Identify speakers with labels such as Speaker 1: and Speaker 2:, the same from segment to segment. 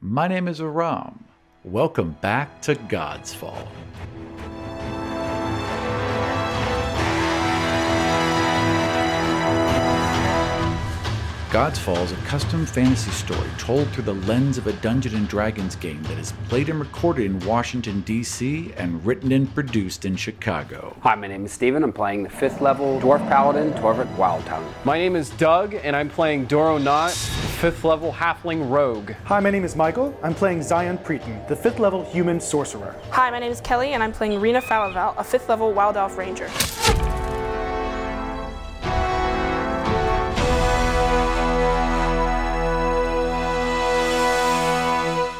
Speaker 1: My name is Aram. Welcome back to God's Fall. God's Fall is a custom fantasy story told through the lens of a Dungeons and Dragons game that is played and recorded in Washington, D.C., and written and produced in Chicago.
Speaker 2: Hi, my name is Steven. I'm playing the fifth level Dwarf Paladin, Torvik Wildtongue.
Speaker 3: My name is Doug, and I'm playing Doro Knot, fifth level halfling rogue.
Speaker 4: Hi, my name is Michael. I'm playing Zion Preeton, the fifth level human sorcerer.
Speaker 5: Hi, my name is Kelly, and I'm playing Rena Falaval, a fifth level Wild Elf Ranger.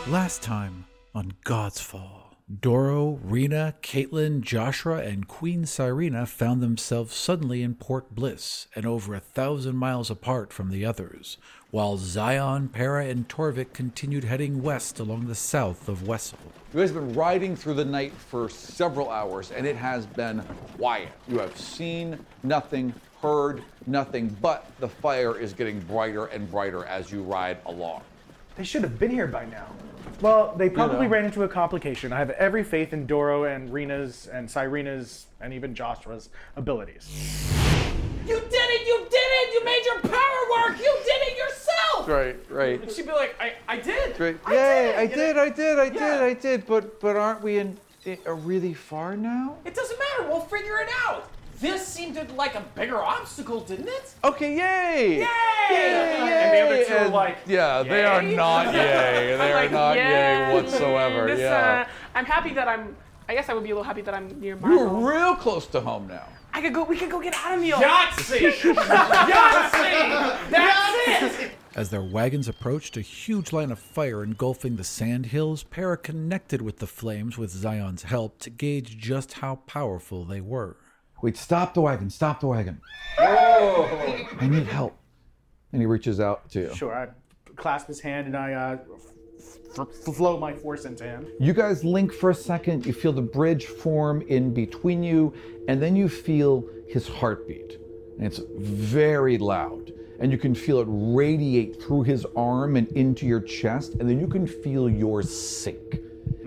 Speaker 1: Last time on God's Fall, Doro, Rena, Caitlin, Joshua, and Queen Cyrena found themselves suddenly in Port Bliss and over a thousand miles apart from the others, while Zion, Para, and Torvik continued heading west along the south of Wessel.
Speaker 6: You guys have been riding through the night for several hours, and it has been quiet. You have seen nothing, heard nothing, but the fire is getting brighter and brighter as you ride along.
Speaker 4: They should have been here by now. Well, they probably ran into a complication. I have every faith in Doro and Rena's and Cyrena's and even Joshua's abilities.
Speaker 7: You did it! You did it! You made your power work! You did it yourself!
Speaker 6: Right, right.
Speaker 7: She'd be like, I, I did!
Speaker 6: Right.
Speaker 7: I
Speaker 6: Yay!
Speaker 7: did it,
Speaker 6: I
Speaker 7: you know?
Speaker 6: did, I did, I did,
Speaker 7: Yeah.
Speaker 6: I did. But but aren't we in, in uh, really far now?
Speaker 7: It doesn't matter, we'll figure it out! This seemed to, like a bigger obstacle, didn't it?
Speaker 6: Okay, yay! Yay!
Speaker 7: And the other two are
Speaker 6: And-
Speaker 7: like,
Speaker 6: yeah, they are
Speaker 7: yay.
Speaker 6: not yay. They are
Speaker 5: Like,
Speaker 6: not
Speaker 5: yeah,
Speaker 6: yay whatsoever.
Speaker 5: this,
Speaker 6: yeah.
Speaker 5: uh, I'm happy that I'm. I guess I would be a little happy that I'm near my.
Speaker 6: We're
Speaker 5: home.
Speaker 6: real close to home now.
Speaker 5: I could go. We could go get Adamiel.
Speaker 7: Yahtzee! Yahtzee! That's it!
Speaker 1: As their wagons approached a huge line of fire engulfing the sand hills, Para connected with the flames with Zion's help to gauge just how powerful they were.
Speaker 6: Wait, stop the wagon, stop the wagon. I need help. And he reaches out to you.
Speaker 4: Sure, I clasp his hand and I uh, f- f- flow my force into him.
Speaker 6: You guys link for a second, you feel the bridge form in between you, and then you feel his heartbeat. And it's very loud. And you can feel it radiate through his arm and into your chest, and then you can feel yours sink.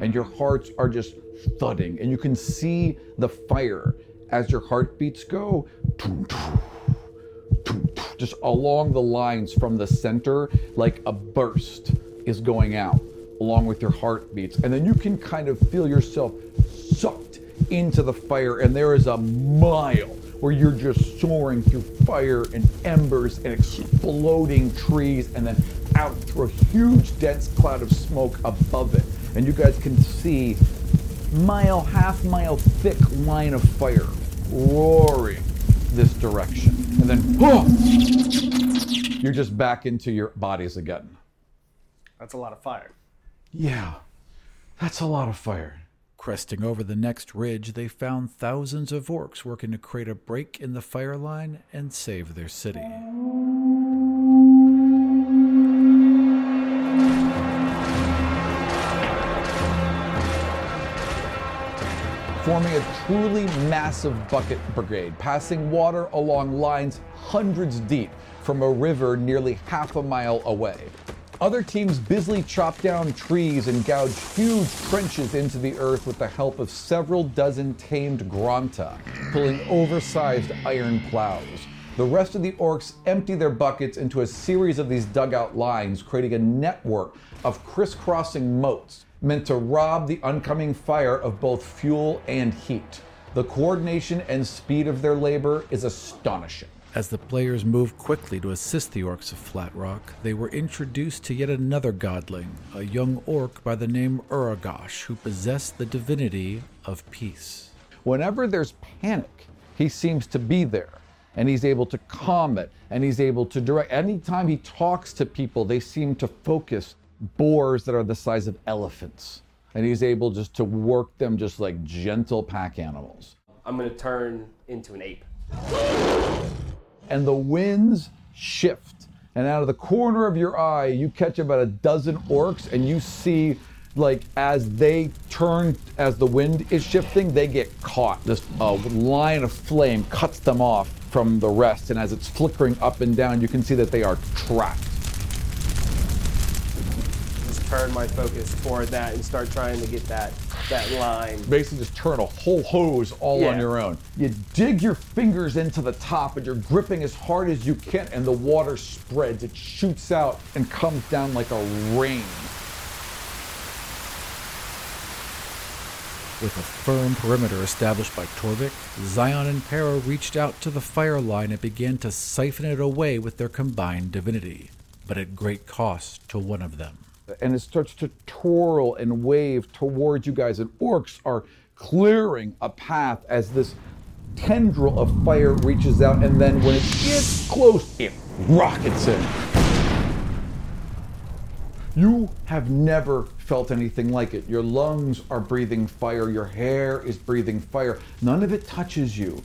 Speaker 6: And your hearts are just thudding, and you can see the fire as your heartbeats go. just along the lines from the center, like a burst is going out along with your heartbeats. And then you can kind of feel yourself sucked into the fire, and there is a mile where you're just soaring through fire and embers and exploding trees, and then out through a huge, dense cloud of smoke above it. And you guys can see mile, half mile thick line of fire roaring this direction. And then you're just back into your bodies again.
Speaker 4: That's a lot of fire.
Speaker 6: Yeah, that's a lot of fire.
Speaker 1: Cresting over the next ridge, they found thousands of orcs working to create a break in the fire line and save their city.
Speaker 6: Forming a truly massive bucket brigade, passing water along lines hundreds deep from a river nearly half a mile away. Other teams busily chop down trees and gouge huge trenches into the earth with the help of several dozen tamed Granta, pulling oversized iron plows. The rest of the orcs empty their buckets into a series of these dugout lines, creating a network of crisscrossing moats meant to rob the oncoming fire of both fuel and heat. The coordination and speed of their labor is astonishing.
Speaker 1: As the players moved quickly to assist the orcs of Flat Rock, they were introduced to yet another godling, a young orc by the name Uragosh, who possessed the divinity of peace.
Speaker 6: Whenever there's panic, he seems to be there and he's able to calm it and he's able to direct. Anytime he talks to people, they seem to focus boars that are the size of elephants. And he's able just to work them just like gentle pack animals.
Speaker 8: I'm gonna turn into an ape.
Speaker 6: and the winds shift. And out of the corner of your eye, you catch about a dozen orcs, and you see, like, as they turn, as the wind is shifting, they get caught. This uh, line of flame cuts them off from the rest, and as it's flickering up and down, you can see that they are trapped.
Speaker 2: Just
Speaker 8: turn my focus toward that and start trying to get that that line.
Speaker 6: basically just turn a whole hose all on
Speaker 8: Yeah.
Speaker 6: your own. You dig your fingers into the top and you're gripping as hard as you can, and the water spreads. It shoots out and comes down like a rain.
Speaker 1: With a firm perimeter established by Torvik, Zion and Para reached out to the fire line and began to siphon it away with their combined divinity, but at great cost to one of them.
Speaker 6: And it starts to twirl and wave towards you guys, and orcs are clearing a path as this tendril of fire reaches out, and then when it gets close, it rockets in. You have never felt anything like it. Your lungs are breathing fire, your hair is breathing fire. None of it touches you,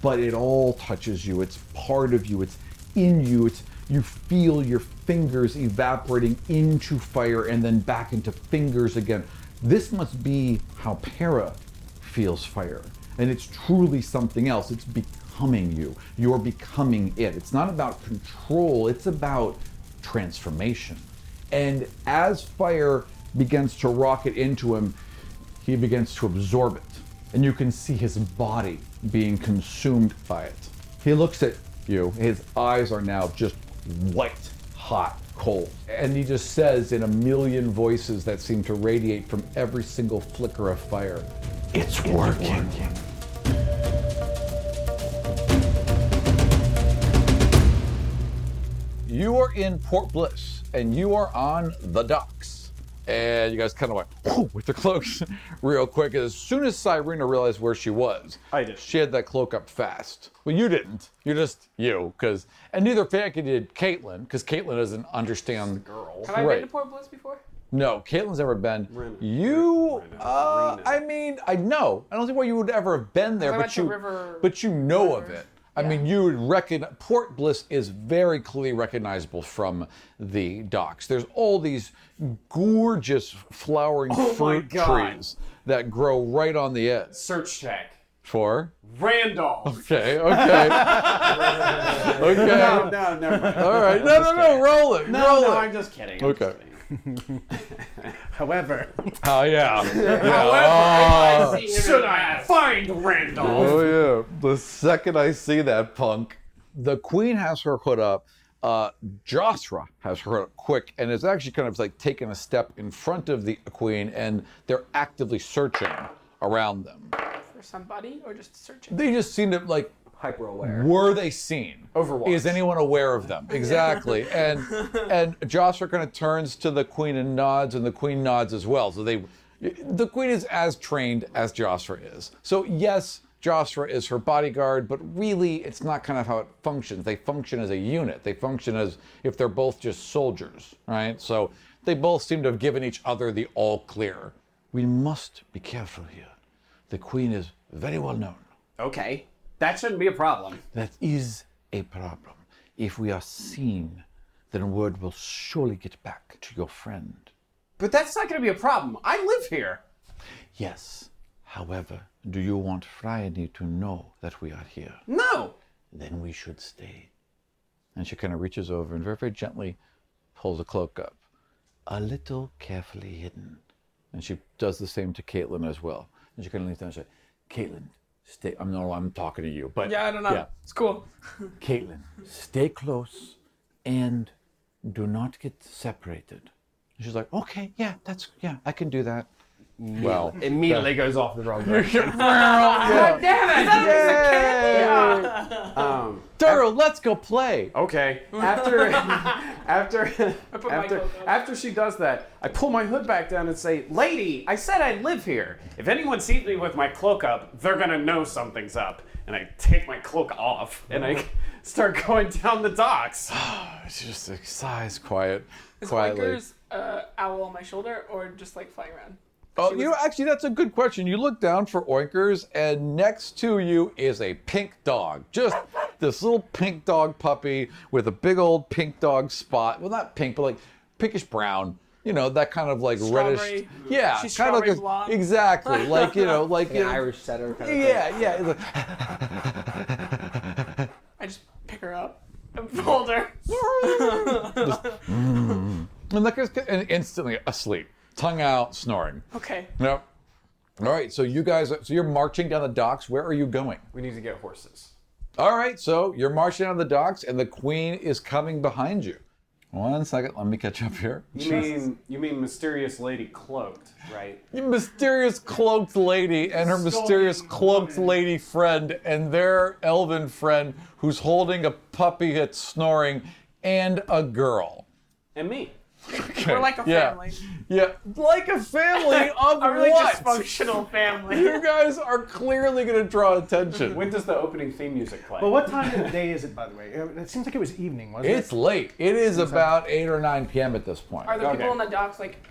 Speaker 6: but it all touches you. It's part of you, it's in you. It's you feel your fingers evaporating into fire and then back into fingers again. This must be how para feels fire. And it's truly something else. It's becoming you. You're becoming it. It's not about control, it's about transformation. And as fire begins to rocket into him, he begins to absorb it. And you can see his body being consumed by it. He looks at you. His eyes are now just white, hot, cold. And he just says in a million voices that seem to radiate from every single flicker of fire It's working. You are in Port Bliss and you are on the docks. And you guys kind of went "Whoa," with the cloaks real quick. As soon as Cyrena realized where she was,
Speaker 4: I did.
Speaker 6: She had that cloak up fast. Well, you didn't. You're just you, because and neither Pancake did Caitlin, because Caitlin doesn't understand. Girl,
Speaker 5: Have I been to Port Bliss before?
Speaker 6: no, Caitlin's never been. You, uh, I mean, I know. I don't think why you would ever have been there,
Speaker 5: I went
Speaker 6: but
Speaker 5: to
Speaker 6: you,
Speaker 5: River-
Speaker 6: but you know of
Speaker 5: River.
Speaker 6: it. I mean, you would recognize Port Bliss is very clearly recognizable from the docks. There's all these gorgeous flowering fruit
Speaker 8: God.
Speaker 6: trees that grow right on the edge.
Speaker 8: Search check.
Speaker 6: For
Speaker 8: Randolph.
Speaker 6: okay, okay, okay.
Speaker 8: no, never.
Speaker 6: All right, no, no, no, roll it, roll
Speaker 8: no,
Speaker 6: it.
Speaker 8: I'm just kidding. I'm
Speaker 6: Okay.
Speaker 8: just kidding.
Speaker 4: However,
Speaker 6: Oh yeah. yeah. oh.
Speaker 8: Should I find Randolph?
Speaker 6: Oh yeah. The second I see that punk. The queen has her hood up. Uh Josra has her hood up quick and is actually kind of like taking a step in front of the queen and they're actively searching around them.
Speaker 5: For somebody or just searching?
Speaker 6: They just seem to like
Speaker 8: Hyper aware.
Speaker 6: were they seen?
Speaker 8: Overwatch.
Speaker 6: Is anyone aware of them? Exactly. and and Joshua kind of turns to the queen and nods, and the queen nods as well. So they, the queen is as trained as Joshua is. So yes, Joshua is her bodyguard, but really it's not kind of how it functions. They function as a unit. They function as if they're both just soldiers, right? So they both seem to have given each other the all clear. We must be careful here. The queen is very well known.
Speaker 8: Okay. That shouldn't be a problem.
Speaker 6: That is a problem. If we are seen, then word will surely get back to your friend.
Speaker 8: But that's not going to be a problem. I live here.
Speaker 6: Yes. However, do you want Friday to know that we are here?
Speaker 8: No.
Speaker 6: Then we should stay. And she kind of reaches over and very, very gently pulls a cloak up, a little carefully hidden. And she does the same to Caitlin as well. And she kind of leans down and says, Caitlin, stay. I'm no, I'm talking to you, but
Speaker 5: Yeah, I don't know.
Speaker 6: Yeah.
Speaker 5: It's cool.
Speaker 6: Caitlin, stay close and do not get separated. And she's like, okay, yeah, that's, yeah, I can do that. Well,
Speaker 8: Immediately goes off the wrong direction. um, Oh.
Speaker 6: Daryl, let's go play.
Speaker 8: okay. After, after,
Speaker 5: put my
Speaker 8: after,
Speaker 5: cloak up.
Speaker 8: after she does that, I pull my hood back down and say, "Lady, I said I live here. If anyone sees me with my cloak up, they're gonna know something's up." And I take my cloak off and I start going down the docks.
Speaker 6: She just like, sighs quiet,
Speaker 5: Is
Speaker 6: quietly.
Speaker 5: Blinker's uh, owl on my shoulder or just like flying around?
Speaker 6: Oh, you know, actually, that's a good question. You look down for oinkers, and next to you is a pink dog. Just this little pink dog puppy with a big old pink dog spot. Well, not pink, but like pinkish brown. You know, that kind of like reddish.
Speaker 5: Strawberry.
Speaker 6: Yeah.
Speaker 5: She's
Speaker 6: kind of
Speaker 5: strawberry
Speaker 6: like a-
Speaker 5: blonde.
Speaker 6: Exactly. Like, you know, like. you know,
Speaker 8: Irish setter. Kind
Speaker 6: Yeah, yeah. It's like,
Speaker 5: I just pick her up and hold her.
Speaker 6: And Liquor's ca- and instantly asleep, tongue out, snoring.
Speaker 5: Okay.
Speaker 6: Yep. All right, so you guys, so you're marching down the docks. Where are you going?
Speaker 8: We need to get horses.
Speaker 6: All right, so you're marching down the docks, and the queen is coming behind you. One second, let me catch up here.
Speaker 8: You mean you mean mysterious lady cloaked, right?
Speaker 6: You mysterious cloaked lady and her mysterious cloaked lady friend and their elven friend who's holding a puppy that's snoring and a girl.
Speaker 8: And me.
Speaker 6: We're
Speaker 5: like a
Speaker 6: yeah.
Speaker 5: family.
Speaker 6: Yeah, like a family of
Speaker 8: A really
Speaker 6: what?
Speaker 8: dysfunctional family.
Speaker 6: You guys are clearly going to draw attention.
Speaker 8: when does the opening theme music play?
Speaker 4: But what time of the day is it, by the way? It it seems like it was evening, wasn't
Speaker 6: It's
Speaker 4: it?
Speaker 6: late. It is about 8 or 9 p.m. at this point.
Speaker 5: Are there
Speaker 8: Okay.
Speaker 5: people on the docks like?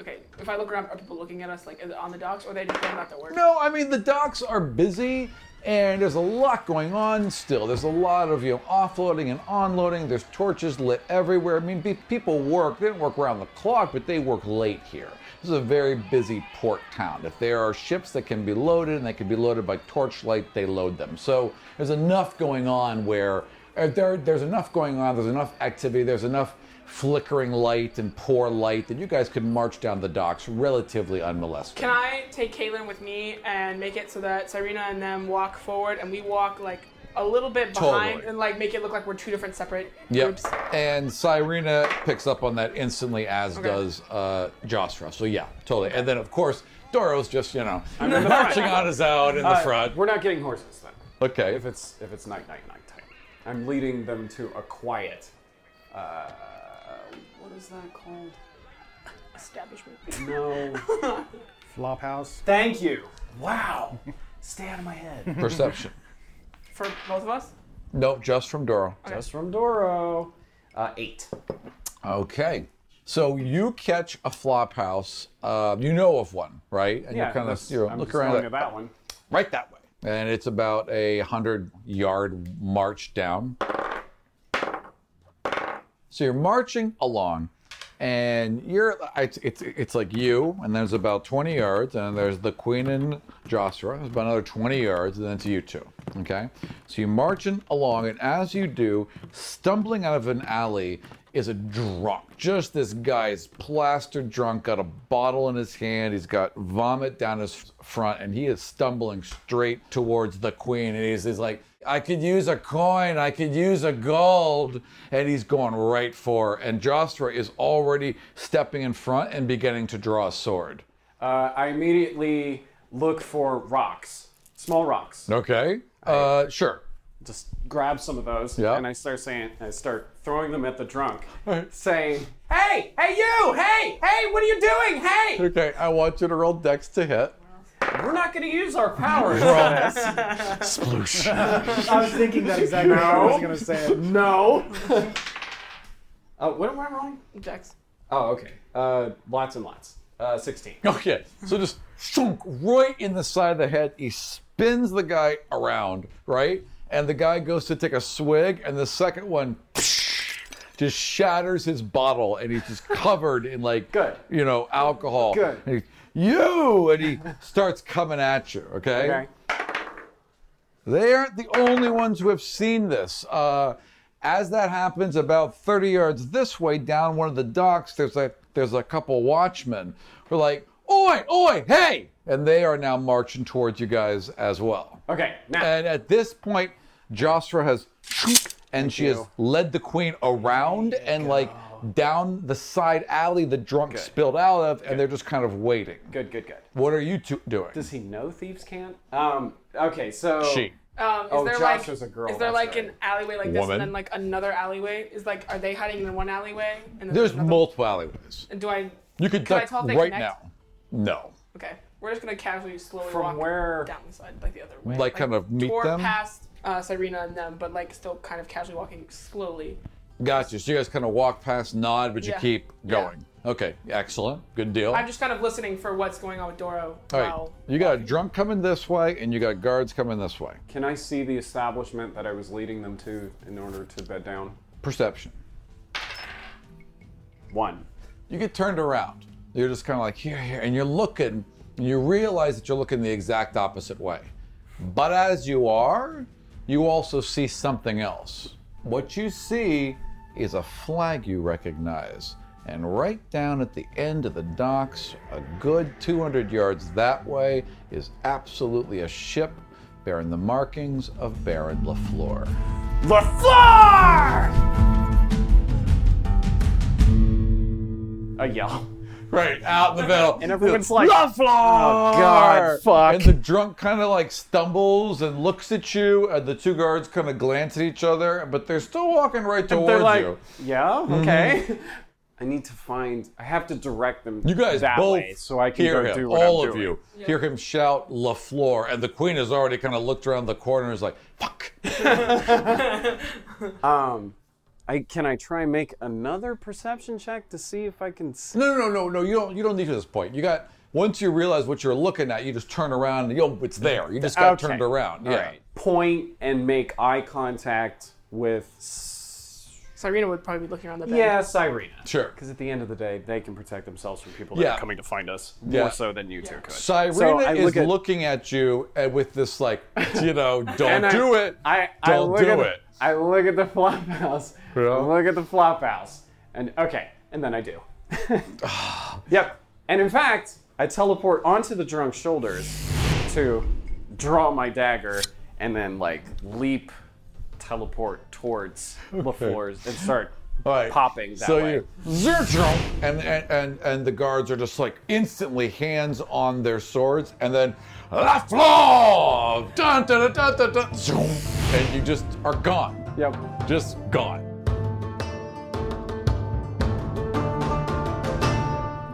Speaker 5: Okay, if I look around, are people looking at us like is it on the docks, or they just going about their work?
Speaker 6: No, I mean the docks are busy and there's a lot going on still. There's a lot of you know offloading and onloading. There's torches lit everywhere. I mean, be- people work. They don't work around the clock, but they work late here. This is a very busy port town. If there are ships that can be loaded and they can be loaded by torchlight, they load them. So there's enough going on where uh, there, there's enough going on. There's enough activity. There's enough flickering light and poor light that you guys could march down the docks relatively unmolested.
Speaker 5: Can I take Caitlin with me and make it so that Serena and them walk forward, and we walk like a little bit behind,
Speaker 6: Totally.
Speaker 5: and like make it look like we're two different separate
Speaker 6: Yep.
Speaker 5: groups?
Speaker 6: And Cyrena picks up on that instantly, as
Speaker 5: Okay.
Speaker 6: does uh, Jostra. So yeah, totally. And then of course Doro's just you know
Speaker 8: I'm in the
Speaker 6: marching
Speaker 8: front.
Speaker 6: on his out in the front.
Speaker 8: Uh, We're not getting horses then.
Speaker 6: Okay.
Speaker 8: If it's if it's night night night time, I'm leading them to a quiet. Uh, what is that called?
Speaker 5: Establishment.
Speaker 8: No.
Speaker 4: Flophouse.
Speaker 8: Thank you. Wow. Stay out of my head.
Speaker 6: Perception.
Speaker 5: For both of us?
Speaker 6: nope, just from Doro.
Speaker 8: That's from Doro. Uh, eight.
Speaker 6: Okay. So you catch a flop house. Uh, you know of one, right? And you kind of
Speaker 8: that's-
Speaker 6: you know,
Speaker 8: I'm
Speaker 6: look
Speaker 8: just
Speaker 6: around.
Speaker 8: telling
Speaker 6: at-
Speaker 8: you that one.
Speaker 6: right that way. And it's about a hundred yard march down. So you're marching along, and you're it's it's, it's like you, and there's about 20 yards, and there's the queen and Joshua. There's about another 20 yards, and then it's you two. Okay, so you're marching along, and as you do, stumbling out of an alley is a drunk. Just this guy's plastered drunk, got a bottle in his hand. He's got vomit down his front, and he is stumbling straight towards the queen. And he's, he's like, I could use a coin, I could use a gold. And he's going right for her. And Jostra is already stepping in front and beginning to draw a sword.
Speaker 8: Uh, I immediately look for rocks, small rocks.
Speaker 6: Okay. Uh, sure.
Speaker 8: Just grab some of those,
Speaker 6: Yeah.
Speaker 8: and I start saying, I start throwing them at the drunk, saying, "Hey, hey, you! Hey, hey, what are you doing? Hey,
Speaker 6: Okay, I want you to roll dex to hit.
Speaker 8: we're not going to use our powers on this."
Speaker 6: Sploosh.
Speaker 4: I was thinking that exactly. what I was gonna say.
Speaker 8: No. uh, what am I wrong?
Speaker 5: Dex.
Speaker 8: Oh, okay. Uh, lots and lots. Uh, 16.
Speaker 6: Okay, so just shunk right in the side of the head. He spins the guy around, right? And the guy goes to take a swig, and the second one just shatters his bottle, and he's just covered in like,
Speaker 8: Good.
Speaker 6: you know, alcohol.
Speaker 8: Good.
Speaker 6: And he, you, and he starts coming at you. Okay.
Speaker 8: Okay.
Speaker 6: They aren't the only ones who have seen this. Uh, as that happens, about 30 yards this way down one of the docks, there's a there's a couple watchmen who are like, "Oi, oi, hey!" And they are now marching towards you guys as well.
Speaker 8: Okay. Now.
Speaker 6: And at this point, Josra has and she has led the queen around and like down the side alley the drunk spilled out of, and they're just kind of waiting.
Speaker 8: good. Good. Good.
Speaker 6: What are you two doing?
Speaker 8: Does he know thieves can't? Um. Okay. So.
Speaker 6: she.
Speaker 5: Um, is
Speaker 8: Oh,
Speaker 5: there
Speaker 8: Josh
Speaker 5: like
Speaker 8: is a girl,
Speaker 5: is there
Speaker 8: that's
Speaker 5: like
Speaker 8: right.
Speaker 5: an alleyway like this
Speaker 6: Woman.
Speaker 5: and then like another alleyway? Is like are they hiding in one alleyway? And then
Speaker 6: There's
Speaker 5: another-
Speaker 6: multiple alleyways.
Speaker 5: And do I?
Speaker 6: You could
Speaker 5: Can I
Speaker 6: duck
Speaker 5: tell if they
Speaker 6: right
Speaker 5: connect?
Speaker 6: now. No.
Speaker 5: Okay, we're just gonna casually slowly
Speaker 8: From
Speaker 5: walk
Speaker 8: where-
Speaker 5: down the side, like the other way,
Speaker 6: Like, kind of meet
Speaker 5: toward
Speaker 6: them?
Speaker 5: past uh, Serena and them, but like still kind of casually walking slowly.
Speaker 6: Gotcha. So you guys kind of walk past, nod, but you
Speaker 5: Yeah.
Speaker 6: keep
Speaker 5: Yeah.
Speaker 6: going. Okay. Excellent. Good deal.
Speaker 5: I'm just kind of listening for what's going on with Doro.
Speaker 6: All right.
Speaker 5: while-
Speaker 6: You got a drunk coming this way, and you got guards coming this way.
Speaker 8: Can I see the establishment that I was leading them to in order to bed down?
Speaker 6: Perception.
Speaker 8: One.
Speaker 6: You get turned around. You're just kind of like here, here, and you're looking. And you realize that you're looking the exact opposite way. But as you are, you also see something else. What you see is a flag you recognize, And right down at the end of the docks, a good 200 yards that way, is absolutely a ship bearing the markings of Baron LaFleur.
Speaker 8: LaFleur! A yell.
Speaker 6: Right out in the middle.
Speaker 8: And everyone's like, LaFleur!
Speaker 6: God,
Speaker 8: God, fuck.
Speaker 6: And the drunk kind of like stumbles and looks at you, and the two guards kind of glance at each other, but they're still walking right towards
Speaker 8: They're like,
Speaker 6: you.
Speaker 8: yeah,
Speaker 6: Mm-hmm.
Speaker 8: okay. I need to find. I have to direct them.
Speaker 6: You guys
Speaker 8: that
Speaker 6: both
Speaker 8: way, so I can
Speaker 6: hear
Speaker 8: go
Speaker 6: him,
Speaker 8: do what
Speaker 6: all
Speaker 8: I'm
Speaker 6: of
Speaker 8: doing.
Speaker 6: you hear him shout LaFleur, and the queen has already kind of looked around the corner and is like, fuck.
Speaker 8: Um, I can I try and make another perception check to see if I can see.
Speaker 6: No, no, no, no, no. You don't. You don't need to this point. You got. Once you realize what you're looking at, you just turn around and yo, it's there. You just got
Speaker 8: Okay.
Speaker 6: turned around.
Speaker 8: All
Speaker 6: yeah.
Speaker 8: right. Point and make eye contact with. S-
Speaker 5: Cyrena would probably be looking around the bed.
Speaker 8: Yeah, Cyrena.
Speaker 6: Sure.
Speaker 8: Because at the end of the day, they can protect themselves from people that
Speaker 6: Yeah.
Speaker 8: are coming to find us
Speaker 6: Yeah.
Speaker 8: more so than you two could.
Speaker 6: Cyrena
Speaker 8: So I
Speaker 6: is
Speaker 8: look at-
Speaker 6: looking at you and with this like, you know, don't
Speaker 8: And I-
Speaker 6: do it.
Speaker 8: I, I
Speaker 6: don't
Speaker 8: look
Speaker 6: do
Speaker 8: at,
Speaker 6: it.
Speaker 8: I look at the flop house.
Speaker 6: Yeah.
Speaker 8: I look at the flop house. And okay, and then I do. yep. And in fact, I teleport onto the drunk's shoulders to draw my dagger and then like leap, teleport towards LaFleur's and start
Speaker 6: All right.
Speaker 8: popping that
Speaker 6: so
Speaker 8: way.
Speaker 6: you zerchomp, and, and and and the guards are just like instantly hands on their swords, and then la floor, dun, dun, dun, dun, dun, dun, zoom, and you just are gone.
Speaker 8: Yep.
Speaker 6: Just gone.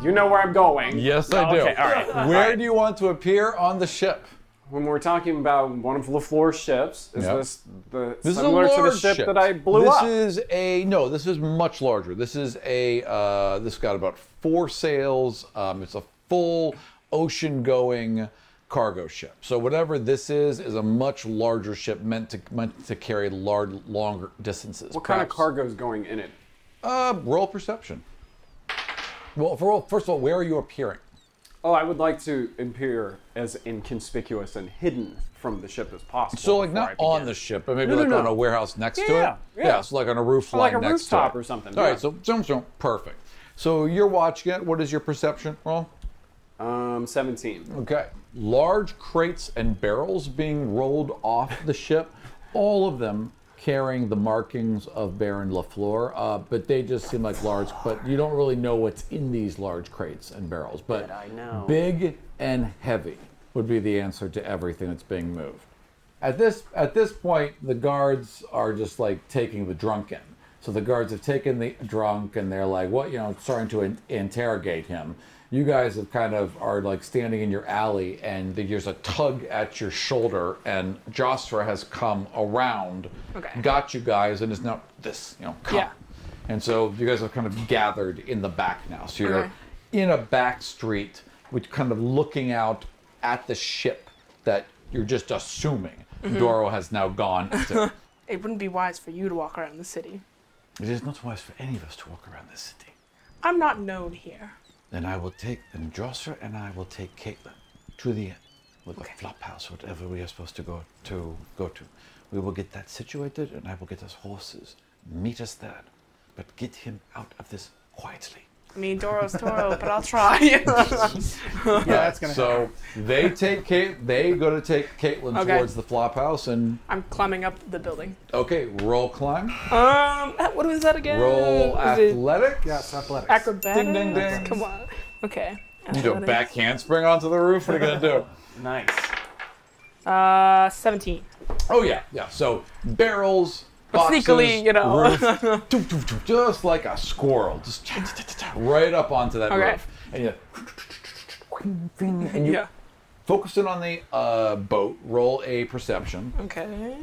Speaker 8: You know where I'm going.
Speaker 6: Yes, I
Speaker 8: Oh,
Speaker 6: do.
Speaker 8: Okay, all right.
Speaker 6: Where
Speaker 8: All right.
Speaker 6: do you want to appear on the ship?
Speaker 8: when we're talking about one of LaFleur's ships, is
Speaker 6: Yep.
Speaker 8: this the
Speaker 6: This
Speaker 8: similar
Speaker 6: is a
Speaker 8: to
Speaker 6: large
Speaker 8: the ship, that I blew
Speaker 6: this
Speaker 8: up?
Speaker 6: is a no. This is much larger. This is a uh, this got about four sails. Um, it's a full ocean-going cargo ship. So whatever this is is a much larger ship meant to meant to carry large longer distances.
Speaker 8: What kind of
Speaker 6: perhaps.
Speaker 8: cargo's going in it?
Speaker 6: Uh, roll perception. Well, for, first of all, where are you appearing?
Speaker 8: Oh, I would like to appear as inconspicuous and hidden from the ship as possible.
Speaker 6: So like
Speaker 8: before
Speaker 6: not
Speaker 8: I begin.
Speaker 6: on the ship, but maybe
Speaker 8: No, no,
Speaker 6: like on
Speaker 8: no.
Speaker 6: a warehouse next to it.
Speaker 8: Yeah, yeah.
Speaker 6: so like on a roof
Speaker 8: Or like
Speaker 6: line
Speaker 8: a
Speaker 6: next to
Speaker 8: rooftop
Speaker 6: it.
Speaker 8: or something,
Speaker 6: All right,
Speaker 8: yeah.
Speaker 6: so jump, jump, perfect. So you're watching it. What is your perception roll?
Speaker 8: Um, 17.
Speaker 6: Okay. Large crates and barrels being rolled off the ship, all of them carrying the markings of Baron Lafleur, uh, but they just seem like large. But you don't really know what's in these large crates and barrels. But
Speaker 8: I know.
Speaker 6: big and heavy would be the answer to everything that's being moved. At this at this point, the guards are just like taking the drunk in. So the guards have taken the drunk, and they're like, "What?" You know, starting to in- interrogate him. You guys have kind of are like standing in your alley, and there's a tug at your shoulder, and Jostra has come around,
Speaker 5: Okay.
Speaker 6: got you guys, and is now this, you know, come.
Speaker 5: Yeah.
Speaker 6: And so you guys are kind of gathered in the back now. So you're
Speaker 5: Okay.
Speaker 6: in a back street, which kind of looking out at the ship that you're just assuming
Speaker 5: Mm-hmm.
Speaker 6: Doro has now gone to.
Speaker 5: It wouldn't be wise for you to walk around the city.
Speaker 1: It is not wise for any of us to walk around this city.
Speaker 5: I'm not known here.
Speaker 1: Then I will take, then Josser and I will take Caitlin to the inn with the flop house, whatever we are supposed to go to go to. We will get that situated, and I will get us horses. Meet us there, but get him out of this quietly.
Speaker 5: I mean, Doro's Toro, but I'll try.
Speaker 6: yeah, that's gonna so they take Kate. They go to take Caitlin
Speaker 5: Okay.
Speaker 6: towards the flop house, and
Speaker 5: I'm climbing up the building.
Speaker 6: okay, roll climb,
Speaker 5: Um, that- what was that again?
Speaker 6: roll
Speaker 5: Was it
Speaker 6: athletics.
Speaker 4: Yes, athletics.
Speaker 5: acrobatics.
Speaker 6: Ding, ding, ding.
Speaker 5: Come on. Okay.
Speaker 6: You do a
Speaker 5: Athletics.
Speaker 6: back handspring onto the roof. What are you gonna do?
Speaker 8: Nice.
Speaker 5: Uh, 17.
Speaker 6: Oh yeah, yeah. So barrels, boxes,
Speaker 5: sneakily, you know.
Speaker 6: roof, doop, doop, doop, just like a squirrel, just cha- cha- cha- cha- right up onto that
Speaker 5: Okay.
Speaker 6: roof, and you, and you
Speaker 5: Yeah.
Speaker 6: focus in on the uh, boat. Roll a perception.
Speaker 5: Okay.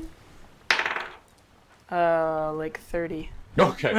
Speaker 5: Uh, like 30.
Speaker 6: Okay.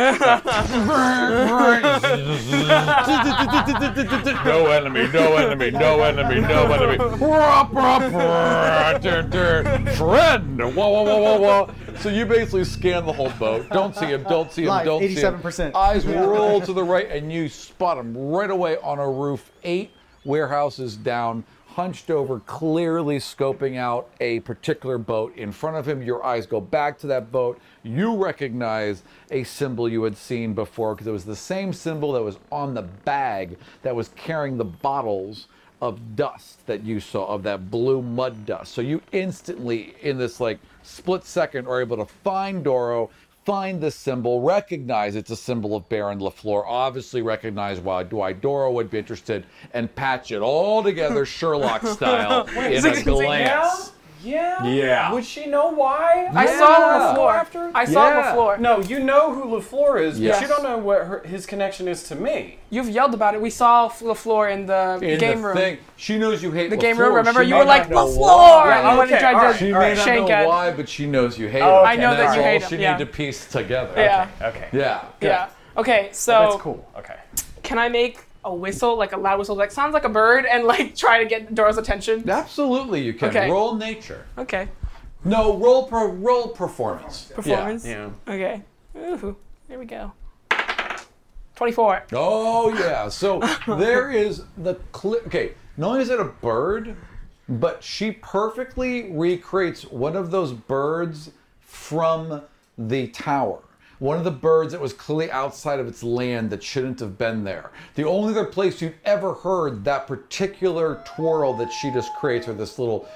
Speaker 6: no enemy, no enemy, no enemy, no enemy. Ruh, ruh, ruh, dur, dur. Friend! Whoa, whoa, whoa, whoa, whoa. So you basically scan the whole boat. Don't see him, don't see him,
Speaker 4: Live,
Speaker 6: don't see him.
Speaker 4: 87%.
Speaker 6: Eyes roll to the right, and you spot him right away on a roof, eight warehouses down, hunched over, clearly scoping out a particular boat in front of him. Your eyes go back to that boat. You recognize a symbol you had seen before because it was the same symbol that was on the bag that was carrying the bottles of dust that you saw, of that blue mud dust. So you instantly, in this like split second, are able to find Doro, find this symbol, recognize it's a symbol of Baron LaFleur, obviously recognize why Dwight Doro would be interested, and patch it all together Sherlock style in a glance.
Speaker 8: Yeah.
Speaker 6: Yeah.
Speaker 8: Would she know why?
Speaker 5: I
Speaker 6: Yeah.
Speaker 5: saw LaFleur.
Speaker 8: After?
Speaker 5: I saw
Speaker 6: Yeah.
Speaker 5: LaFleur.
Speaker 8: No, you know who LaFleur is,
Speaker 6: Yes.
Speaker 8: but you don't know what her, his connection is to me.
Speaker 5: You've yelled about it. We saw LaFleur in the
Speaker 6: In
Speaker 5: game
Speaker 6: the
Speaker 5: room.
Speaker 6: thing- She knows you hate
Speaker 5: The game
Speaker 6: LaFleur.
Speaker 5: room, remember?
Speaker 6: She
Speaker 5: You
Speaker 6: may
Speaker 5: were
Speaker 6: not
Speaker 5: like,
Speaker 6: know
Speaker 5: LaFleur!
Speaker 6: why.
Speaker 5: And when he
Speaker 8: okay,
Speaker 5: tried
Speaker 8: all right,
Speaker 5: to
Speaker 6: She may not
Speaker 5: shake
Speaker 6: know
Speaker 5: it.
Speaker 6: why, but she knows you hate him.
Speaker 8: okay.
Speaker 5: I know
Speaker 6: And
Speaker 5: that
Speaker 6: Oh, that's
Speaker 5: you
Speaker 6: all
Speaker 5: hate
Speaker 6: she
Speaker 5: him, yeah.
Speaker 6: need to piece together.
Speaker 5: Yeah.
Speaker 8: Okay.
Speaker 6: Yeah.
Speaker 5: Yeah. Okay, so
Speaker 8: That's cool. Okay.
Speaker 5: can I make a whistle, like a loud whistle, like sounds like a bird, and like try to get Dora's attention?
Speaker 6: Absolutely, you can.
Speaker 5: Okay.
Speaker 6: Roll nature.
Speaker 5: Okay.
Speaker 6: No, roll per roll performance.
Speaker 5: Performance.
Speaker 8: Yeah.
Speaker 5: Okay. Ooh, here we go. 24.
Speaker 6: Oh yeah. So there is the clip. Okay, not only is it a bird, but she perfectly recreates one of those birds from the tower. One of the birds that was clearly outside of its land that shouldn't have been there. The only other place you've ever heard that particular twirl that she just creates, or this little,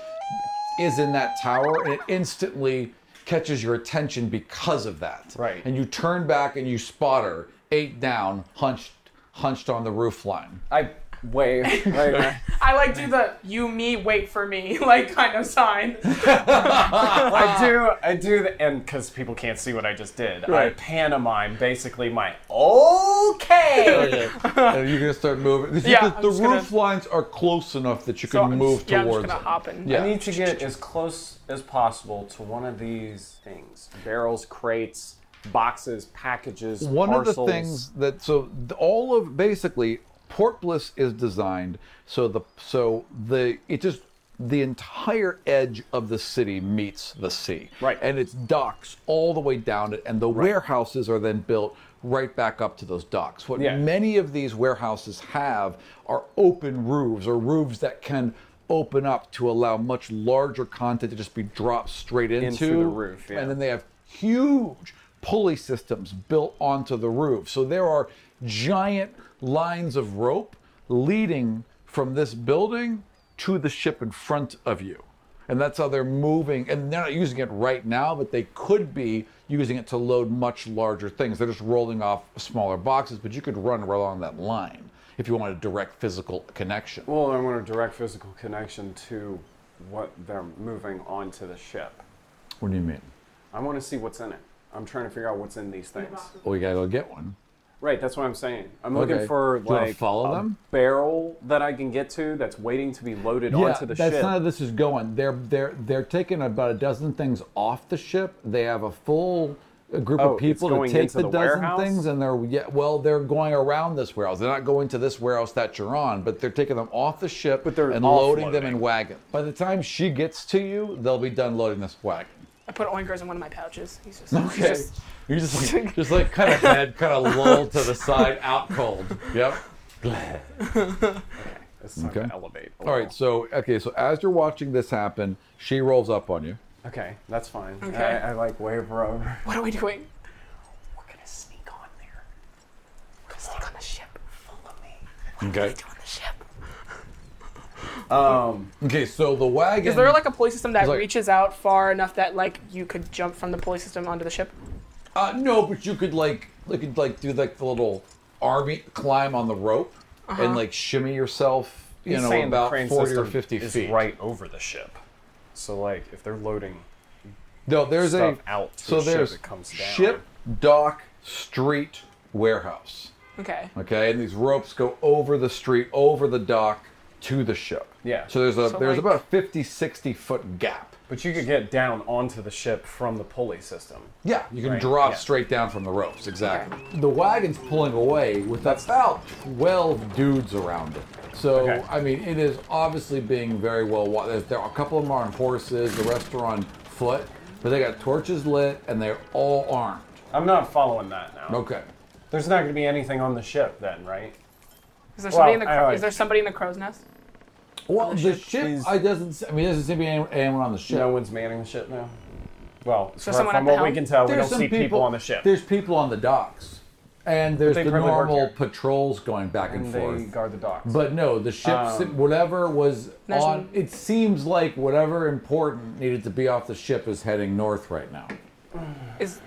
Speaker 6: is in that tower, and it instantly catches your attention because of that.
Speaker 8: Right.
Speaker 6: And you turn back and you spot her eight down, hunched hunched on the roof line.
Speaker 8: I wave. Right.
Speaker 5: I like do the you, me, wait for me, like kind of sign.
Speaker 8: I
Speaker 6: Ah.
Speaker 8: do, I do, the, and because people can't see what I just did, I
Speaker 6: Right.
Speaker 8: pantomime basically my
Speaker 6: Oh,
Speaker 8: okay.
Speaker 6: and you're gonna start moving. You
Speaker 5: Yeah,
Speaker 6: can-
Speaker 5: I'm
Speaker 6: the
Speaker 5: just gonna-
Speaker 6: roof lines are close enough that you
Speaker 5: So
Speaker 6: can
Speaker 5: I'm
Speaker 6: move
Speaker 5: just, yeah, I'm just
Speaker 6: towards.
Speaker 5: gonna
Speaker 6: it.
Speaker 5: hop and.
Speaker 6: Yeah.
Speaker 8: I need to get as close as possible to one of these things barrels, crates, boxes, packages,
Speaker 6: one of
Speaker 8: parcels.
Speaker 6: the things that so th- all of basically Port Bliss is designed so the so the it just the entire edge of the city meets the sea
Speaker 8: Right.
Speaker 6: and it's docks all the way down it and the warehouses are then built right back up to those docks what
Speaker 8: Yeah.
Speaker 6: many of these warehouses have are open roofs or roofs that can open up to allow much larger content to just be dropped straight into,
Speaker 8: the roof, yeah.
Speaker 6: and then they have huge pulley systems built onto the roof. So there are giant lines of rope leading from this building to the ship in front of you. And that's how they're moving. And they're not using it right now, but they could be using it to load much larger things. They're just rolling off smaller boxes, but you could run right along that line if you want a direct physical connection.
Speaker 8: Well, I want a direct physical connection to what they're moving onto the ship.
Speaker 6: What do you mean?
Speaker 8: I want to see what's in it. I'm trying to figure out what's in these things.
Speaker 6: Well, you gotta go get one.
Speaker 8: Right, that's what I'm saying. I'm
Speaker 6: Okay.
Speaker 8: looking for
Speaker 6: Do you wanna
Speaker 8: like
Speaker 6: follow
Speaker 8: a
Speaker 6: them?
Speaker 8: barrel that I can get to that's waiting to be loaded onto the
Speaker 6: that's
Speaker 8: ship.
Speaker 6: not how this is going. They're they're they're taking about a dozen things off the ship. They have a full uh, group
Speaker 8: Oh,
Speaker 6: of
Speaker 8: it's
Speaker 6: people to
Speaker 8: going
Speaker 6: take
Speaker 8: into
Speaker 6: the,
Speaker 8: the
Speaker 6: dozen
Speaker 8: warehouse?
Speaker 6: things, and they're yeah, well, they're going around this warehouse. They're not going to this warehouse that you're on, but they're taking them off the ship
Speaker 8: But they're
Speaker 6: and loading them
Speaker 8: offloading.
Speaker 6: in wagons. By the time she gets to you, they'll be done loading this wagon.
Speaker 5: I put Oinkers in one of my pouches. He's just. he's
Speaker 6: Okay.
Speaker 5: just-
Speaker 6: You're just like, just like kind of head, kind of lulled to the side, out cold. Yep.
Speaker 8: It's not
Speaker 6: Okay.
Speaker 8: to elevate. a
Speaker 6: All right.
Speaker 8: little.
Speaker 6: So okay. So as you're watching this happen, she rolls up on you.
Speaker 8: Okay, that's fine.
Speaker 5: Okay.
Speaker 8: I, I like wave over.
Speaker 5: what are we doing?
Speaker 8: We're gonna sneak on there.
Speaker 5: We're gonna sneak on the ship.
Speaker 8: Follow me.
Speaker 6: Okay.
Speaker 5: On the ship.
Speaker 8: Um,
Speaker 6: Okay. So the wagon.
Speaker 5: Is there like a pulley system that
Speaker 6: It's like-
Speaker 5: reaches out far enough that like you could jump from the pulley system onto the ship?
Speaker 6: Uh, no, but you could like you could like do like the little army climb on the rope and
Speaker 5: Uh-huh.
Speaker 6: like shimmy yourself, you
Speaker 8: he's
Speaker 6: know,
Speaker 8: saying the
Speaker 6: about
Speaker 8: crane
Speaker 6: forty or
Speaker 8: system
Speaker 6: fifty
Speaker 8: is
Speaker 6: feet.
Speaker 8: right over the ship. So like, if they're loading,
Speaker 6: No, there's
Speaker 8: stuff
Speaker 6: a
Speaker 8: out to
Speaker 6: so
Speaker 8: the ship,
Speaker 6: there's
Speaker 8: it comes down.
Speaker 6: ship, dock, street, warehouse.
Speaker 5: Okay.
Speaker 6: Okay, and these ropes go over the street, over the dock to the ship.
Speaker 8: Yeah.
Speaker 6: So there's a
Speaker 5: So, like-
Speaker 6: there's about a 50, 60 foot gap.
Speaker 8: but you could get down onto the ship from the pulley system.
Speaker 6: Yeah, you can
Speaker 8: Right,
Speaker 6: drop
Speaker 8: yeah.
Speaker 6: straight down from the ropes. Exactly. The wagon's pulling away with about 12 dudes around it. So,
Speaker 8: Okay.
Speaker 6: I mean, it is obviously being very well watched. There- There are a couple of them are on horses, the rest are on foot, but they got torches lit and they're all armed.
Speaker 8: I'm not following that now.
Speaker 6: Okay.
Speaker 8: There's not gonna be anything on the ship then, right?
Speaker 5: Is there somebody in the
Speaker 8: Well, I
Speaker 5: crow-
Speaker 8: like-
Speaker 5: is there somebody in the crow's nest?
Speaker 6: Well, the ship,
Speaker 8: is-
Speaker 6: I doesn't. se- I mean, there doesn't seem to be any- anyone on the ship.
Speaker 8: Oh, No one's manning the ship now. Well,
Speaker 5: So
Speaker 8: from,
Speaker 5: someone at
Speaker 8: from
Speaker 5: the
Speaker 8: what we
Speaker 5: helm?
Speaker 8: can tell, we
Speaker 6: There's
Speaker 8: don't see people, on the ship.
Speaker 6: There's people on the docks, and there's
Speaker 8: they
Speaker 6: the
Speaker 8: probably work
Speaker 6: normal
Speaker 8: here.
Speaker 6: patrols going back and,
Speaker 8: And
Speaker 6: forth.
Speaker 8: they guard the docks.
Speaker 6: But no, the ships,
Speaker 8: Um,
Speaker 6: whatever was
Speaker 5: There's
Speaker 6: on,
Speaker 5: n-
Speaker 6: it seems like whatever important needed to be off the ship is heading north right now.
Speaker 5: Is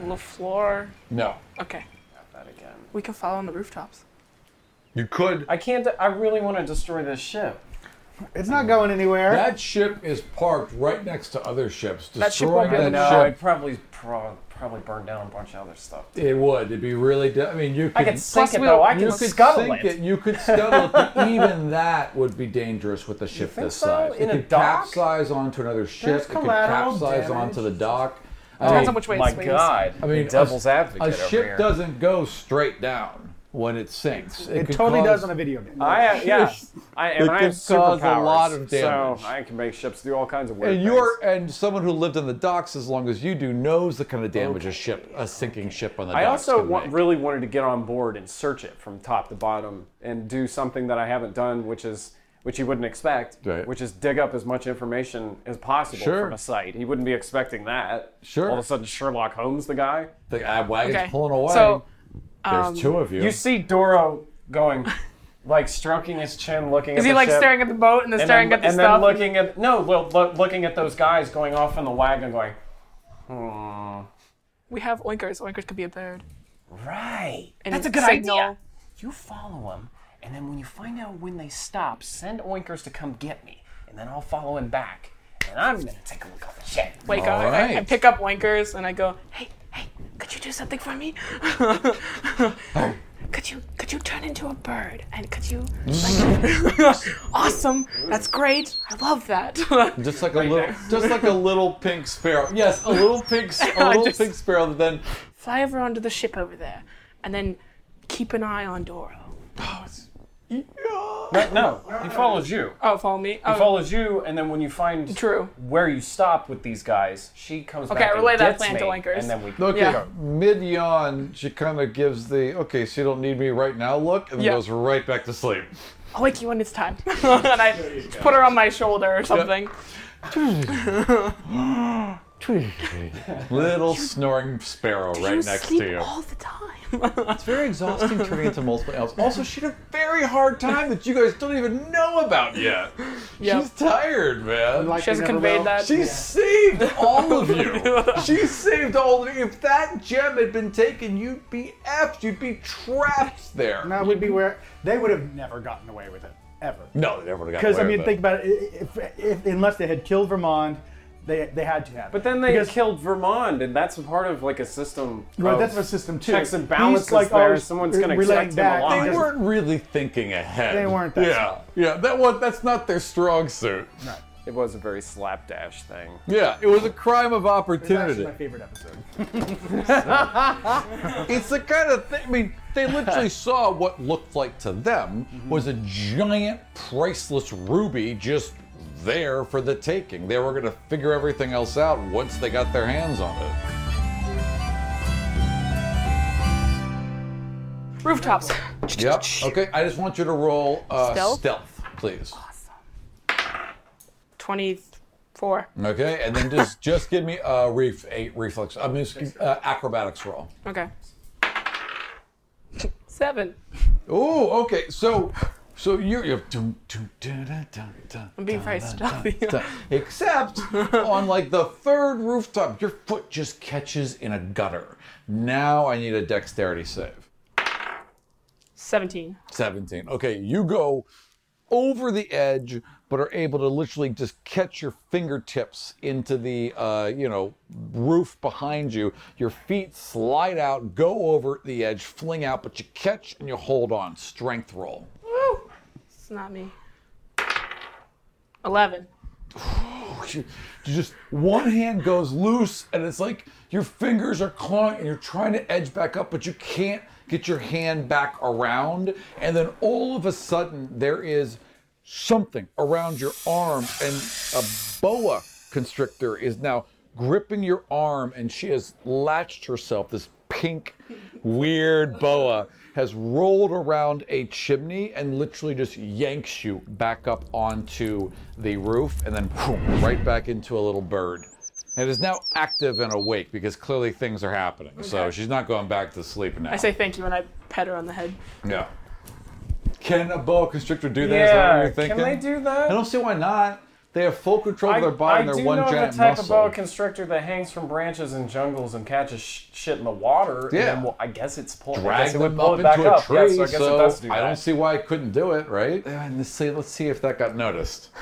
Speaker 5: LaFleur.
Speaker 6: No.
Speaker 5: Okay.
Speaker 8: that again.
Speaker 5: We can follow on the rooftops.
Speaker 6: You could.
Speaker 8: I can't. I really want to destroy this ship.
Speaker 4: It's not going anywhere.
Speaker 6: That ship is parked right next to other ships.
Speaker 5: That ship
Speaker 6: Destroying
Speaker 5: won't be
Speaker 6: that
Speaker 5: able
Speaker 6: ship,
Speaker 5: to
Speaker 8: No, I probably pro- probably burn down a bunch of other stuff.
Speaker 6: it would. It'd be really. De- I mean, you could.
Speaker 8: I can sink
Speaker 5: Plus
Speaker 8: it
Speaker 5: we-
Speaker 8: though. I
Speaker 6: you
Speaker 8: can
Speaker 6: could
Speaker 8: scuttle it.
Speaker 6: sink it. You could scuttle it. but even that would be dangerous with a ship
Speaker 8: think
Speaker 6: this
Speaker 8: so?
Speaker 6: size.
Speaker 8: In
Speaker 6: it
Speaker 8: a
Speaker 6: could
Speaker 8: dock?
Speaker 6: capsize onto another ship. It could
Speaker 4: collateral
Speaker 6: capsize
Speaker 4: damage.
Speaker 6: onto the dock. I
Speaker 5: Depends
Speaker 6: mean,
Speaker 5: on which way
Speaker 8: Oh My
Speaker 5: it swings.
Speaker 8: God.
Speaker 6: I mean,
Speaker 8: the devil's
Speaker 6: a,
Speaker 8: advocate
Speaker 6: A
Speaker 8: over
Speaker 6: ship
Speaker 8: here.
Speaker 6: doesn't go straight down when it sinks.
Speaker 4: it
Speaker 6: could
Speaker 4: totally
Speaker 6: cause-
Speaker 4: does on a video game.
Speaker 8: I have, yeah, I, and
Speaker 6: It
Speaker 8: I
Speaker 6: can
Speaker 8: have
Speaker 6: cause a
Speaker 8: superpowers,
Speaker 6: lot of damage.
Speaker 8: So I can make ships do all kinds of weird
Speaker 6: And
Speaker 8: things.
Speaker 6: you're and someone who lived on the docks as long as you do knows the kind of damage a ship, a sinking ship on the
Speaker 8: I
Speaker 6: docks
Speaker 8: also
Speaker 6: can
Speaker 8: want,
Speaker 6: make.
Speaker 8: really wanted to get on board and search it from top to bottom and do something that I haven't done, which is which you wouldn't expect,
Speaker 6: Right.
Speaker 8: which is dig up as much information as possible
Speaker 6: Sure.
Speaker 8: from a site. He wouldn't be expecting that.
Speaker 6: Sure.
Speaker 8: All of a sudden, Sherlock Holmes, the guy.
Speaker 6: the uh, wagon's
Speaker 5: Okay.
Speaker 6: pulling away.
Speaker 5: So,
Speaker 6: There's
Speaker 5: um,
Speaker 6: two of you.
Speaker 8: You see Doro going, like stroking his chin, looking.
Speaker 5: Is
Speaker 8: at
Speaker 5: he
Speaker 8: the
Speaker 5: like
Speaker 8: ship.
Speaker 5: staring at the boat and then
Speaker 8: and
Speaker 5: staring
Speaker 8: then,
Speaker 5: at the
Speaker 8: and
Speaker 5: stuff?
Speaker 8: then looking at no, well, lo- looking at those guys going off in the wagon, going, hmm,
Speaker 5: we have oinkers. Oinkers could be a bird.
Speaker 8: right.
Speaker 5: And
Speaker 8: That's a good
Speaker 5: signal-
Speaker 8: idea. You follow him, and then when you find out when they stop, send Oinkers to come get me, and then I'll follow him back, and I'm gonna take a look at the ship.
Speaker 5: Wake
Speaker 6: All
Speaker 5: up. I- I, I
Speaker 6: right.
Speaker 5: pick up oinkers and I go, hey, hey, could you do something for me? could you could you turn into a bird? And could you like awesome? That's great. I love that.
Speaker 6: just like a little, just like a little pink sparrow. Yes, a little pink, s- a
Speaker 5: I
Speaker 6: little
Speaker 5: just-
Speaker 6: pink sparrow. That then
Speaker 5: Fly over onto the ship over there and then keep an eye on Doro.
Speaker 8: No, he follows you.
Speaker 5: Oh, follow me. Oh,
Speaker 8: He follows you, and then when you find
Speaker 5: True.
Speaker 8: where you stopped with these guys, she comes
Speaker 5: Okay,
Speaker 8: back.
Speaker 5: relay
Speaker 8: and
Speaker 5: that
Speaker 8: gets
Speaker 5: plan
Speaker 8: me,
Speaker 5: to Oinkers.
Speaker 8: and then we
Speaker 6: okay,
Speaker 5: Yeah.
Speaker 6: mid yawn, she kind of gives the okay, so you don't need me right now look, and then
Speaker 5: Yeah.
Speaker 6: goes right back to sleep.
Speaker 5: I'll wake you when "Oh, it's time. and I put her on my shoulder or something.
Speaker 6: Little snoring sparrow right
Speaker 5: you
Speaker 6: next
Speaker 5: sleep
Speaker 6: to you.
Speaker 5: all the time.
Speaker 6: It's very exhausting turning into multiple elves. Also, she had a very hard time that you guys don't even know about yet.
Speaker 5: Yep.
Speaker 6: She's tired, man.
Speaker 5: she hasn't conveyed that.
Speaker 6: She saved all of you. she saved all of you. If that gem had been taken, you'd be effed. You'd be trapped there.
Speaker 4: That would be where they would have never gotten away with it ever.
Speaker 6: No, they never got
Speaker 4: Because I
Speaker 6: away
Speaker 4: mean,
Speaker 6: with
Speaker 4: think about it. If, if, unless they had killed Vermont, they they had to have.
Speaker 8: But then they
Speaker 4: because,
Speaker 8: killed Vermont, and that's part of like a system.
Speaker 4: Right,
Speaker 8: of
Speaker 4: that's a system too.
Speaker 8: Checks and
Speaker 4: He's
Speaker 8: balances
Speaker 4: like
Speaker 8: there.
Speaker 4: always
Speaker 8: Someone's gonna
Speaker 4: relaying
Speaker 8: check
Speaker 4: back.
Speaker 8: them along.
Speaker 4: They
Speaker 6: They weren't really thinking ahead.
Speaker 4: They weren't that
Speaker 6: Yeah, yeah. That one. That's not their strong suit.
Speaker 8: It was a very slapdash thing.
Speaker 6: Yeah, it was a crime of
Speaker 4: That's
Speaker 6: opportunity.
Speaker 4: my favorite episode.
Speaker 6: It's the kind of thing. I mean, they literally saw what looked like to them was a giant, priceless ruby just there for the taking. They were going to figure everything else out once they got their hands on it.
Speaker 5: Rooftops.
Speaker 6: Yep. Okay. I just want you to roll uh, stealth?
Speaker 5: Stealth?
Speaker 6: please.
Speaker 5: 24.
Speaker 6: Okay, and then just just give me a ref a reflex. I mean, excuse- uh, acrobatics roll.
Speaker 5: Okay. Seven.
Speaker 6: Oh, okay. So, so you you have. Dun, dun, dun, dun, dun, dun,
Speaker 5: I'm being
Speaker 6: dun,
Speaker 5: very
Speaker 6: dun,
Speaker 5: stealthy.
Speaker 6: dun, dun. Except on like the third rooftop, your foot just catches in a gutter. Now I need a dexterity save.
Speaker 5: 17.
Speaker 6: 17. Okay, you go over the edge, but are able to literally just catch your fingertips into the, uh, you know, roof behind you. Your feet slide out, go over the edge, fling out, but you catch and you hold on. Strength roll.
Speaker 5: It's not me. 11.
Speaker 6: you you just one hand goes loose and it's like your fingers are clawing and you're trying to edge back up but you can't get your hand back around and then all of a sudden there is something around your arm and a boa constrictor is now gripping your arm and she has latched herself this pink weird boa has rolled around a chimney and literally just yanks you back up onto the roof and then boom, right back into a little bird. It is now active and awake because clearly things are happening. So she's not going back to sleep now.
Speaker 5: I say thank you and I pat her on the head.
Speaker 6: Yeah. Can a boa constrictor do that? Is that what
Speaker 8: Yeah,
Speaker 6: you're thinking?
Speaker 8: can they do that?
Speaker 6: I don't see why not. They have full control of their body and
Speaker 8: I
Speaker 6: their
Speaker 8: do
Speaker 6: one
Speaker 8: know
Speaker 6: giant
Speaker 8: the type
Speaker 6: muscle.
Speaker 8: of boa constrictor that hangs from branches and jungles and catches sh- shit in the water.
Speaker 6: Yeah.
Speaker 8: And then, well, I guess it's pulled. I
Speaker 6: drag
Speaker 8: guess it would
Speaker 6: them
Speaker 8: pull
Speaker 6: up
Speaker 8: it back
Speaker 6: into a
Speaker 8: up.
Speaker 6: tree.
Speaker 8: Yeah, so I guess it does do
Speaker 6: I
Speaker 8: that.
Speaker 6: don't see why I couldn't do it, right? And let's see, let's see if that got noticed.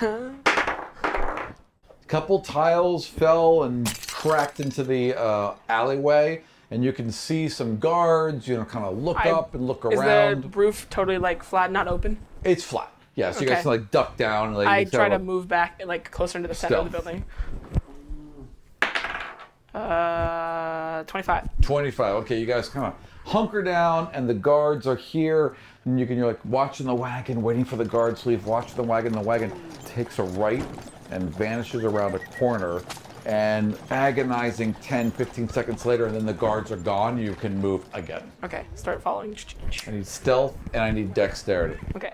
Speaker 6: Couple tiles fell and cracked into the uh, alleyway, and you can see some guards. You know, kind of look
Speaker 5: I-
Speaker 6: up and look
Speaker 5: Is
Speaker 6: around.
Speaker 5: the roof totally like flat, not open?
Speaker 6: It's flat. Yeah, so you guys
Speaker 5: Okay.
Speaker 6: can like duck down. And, like,
Speaker 5: I
Speaker 6: you can
Speaker 5: try to
Speaker 6: tell-
Speaker 5: move back like closer into the center of the
Speaker 6: Stealth.
Speaker 5: building. Uh, 25.
Speaker 6: 25. Okay, you guys come on. Hunker down, and the guards are here. And you can, you're like watching the wagon, waiting for the guards to leave, watching the wagon. The wagon takes a right and vanishes around a corner. And agonizing 10, 15 seconds later, and then the guards are gone. You can move again.
Speaker 5: Okay, start following.
Speaker 6: I need stealth and I need dexterity.
Speaker 5: Okay.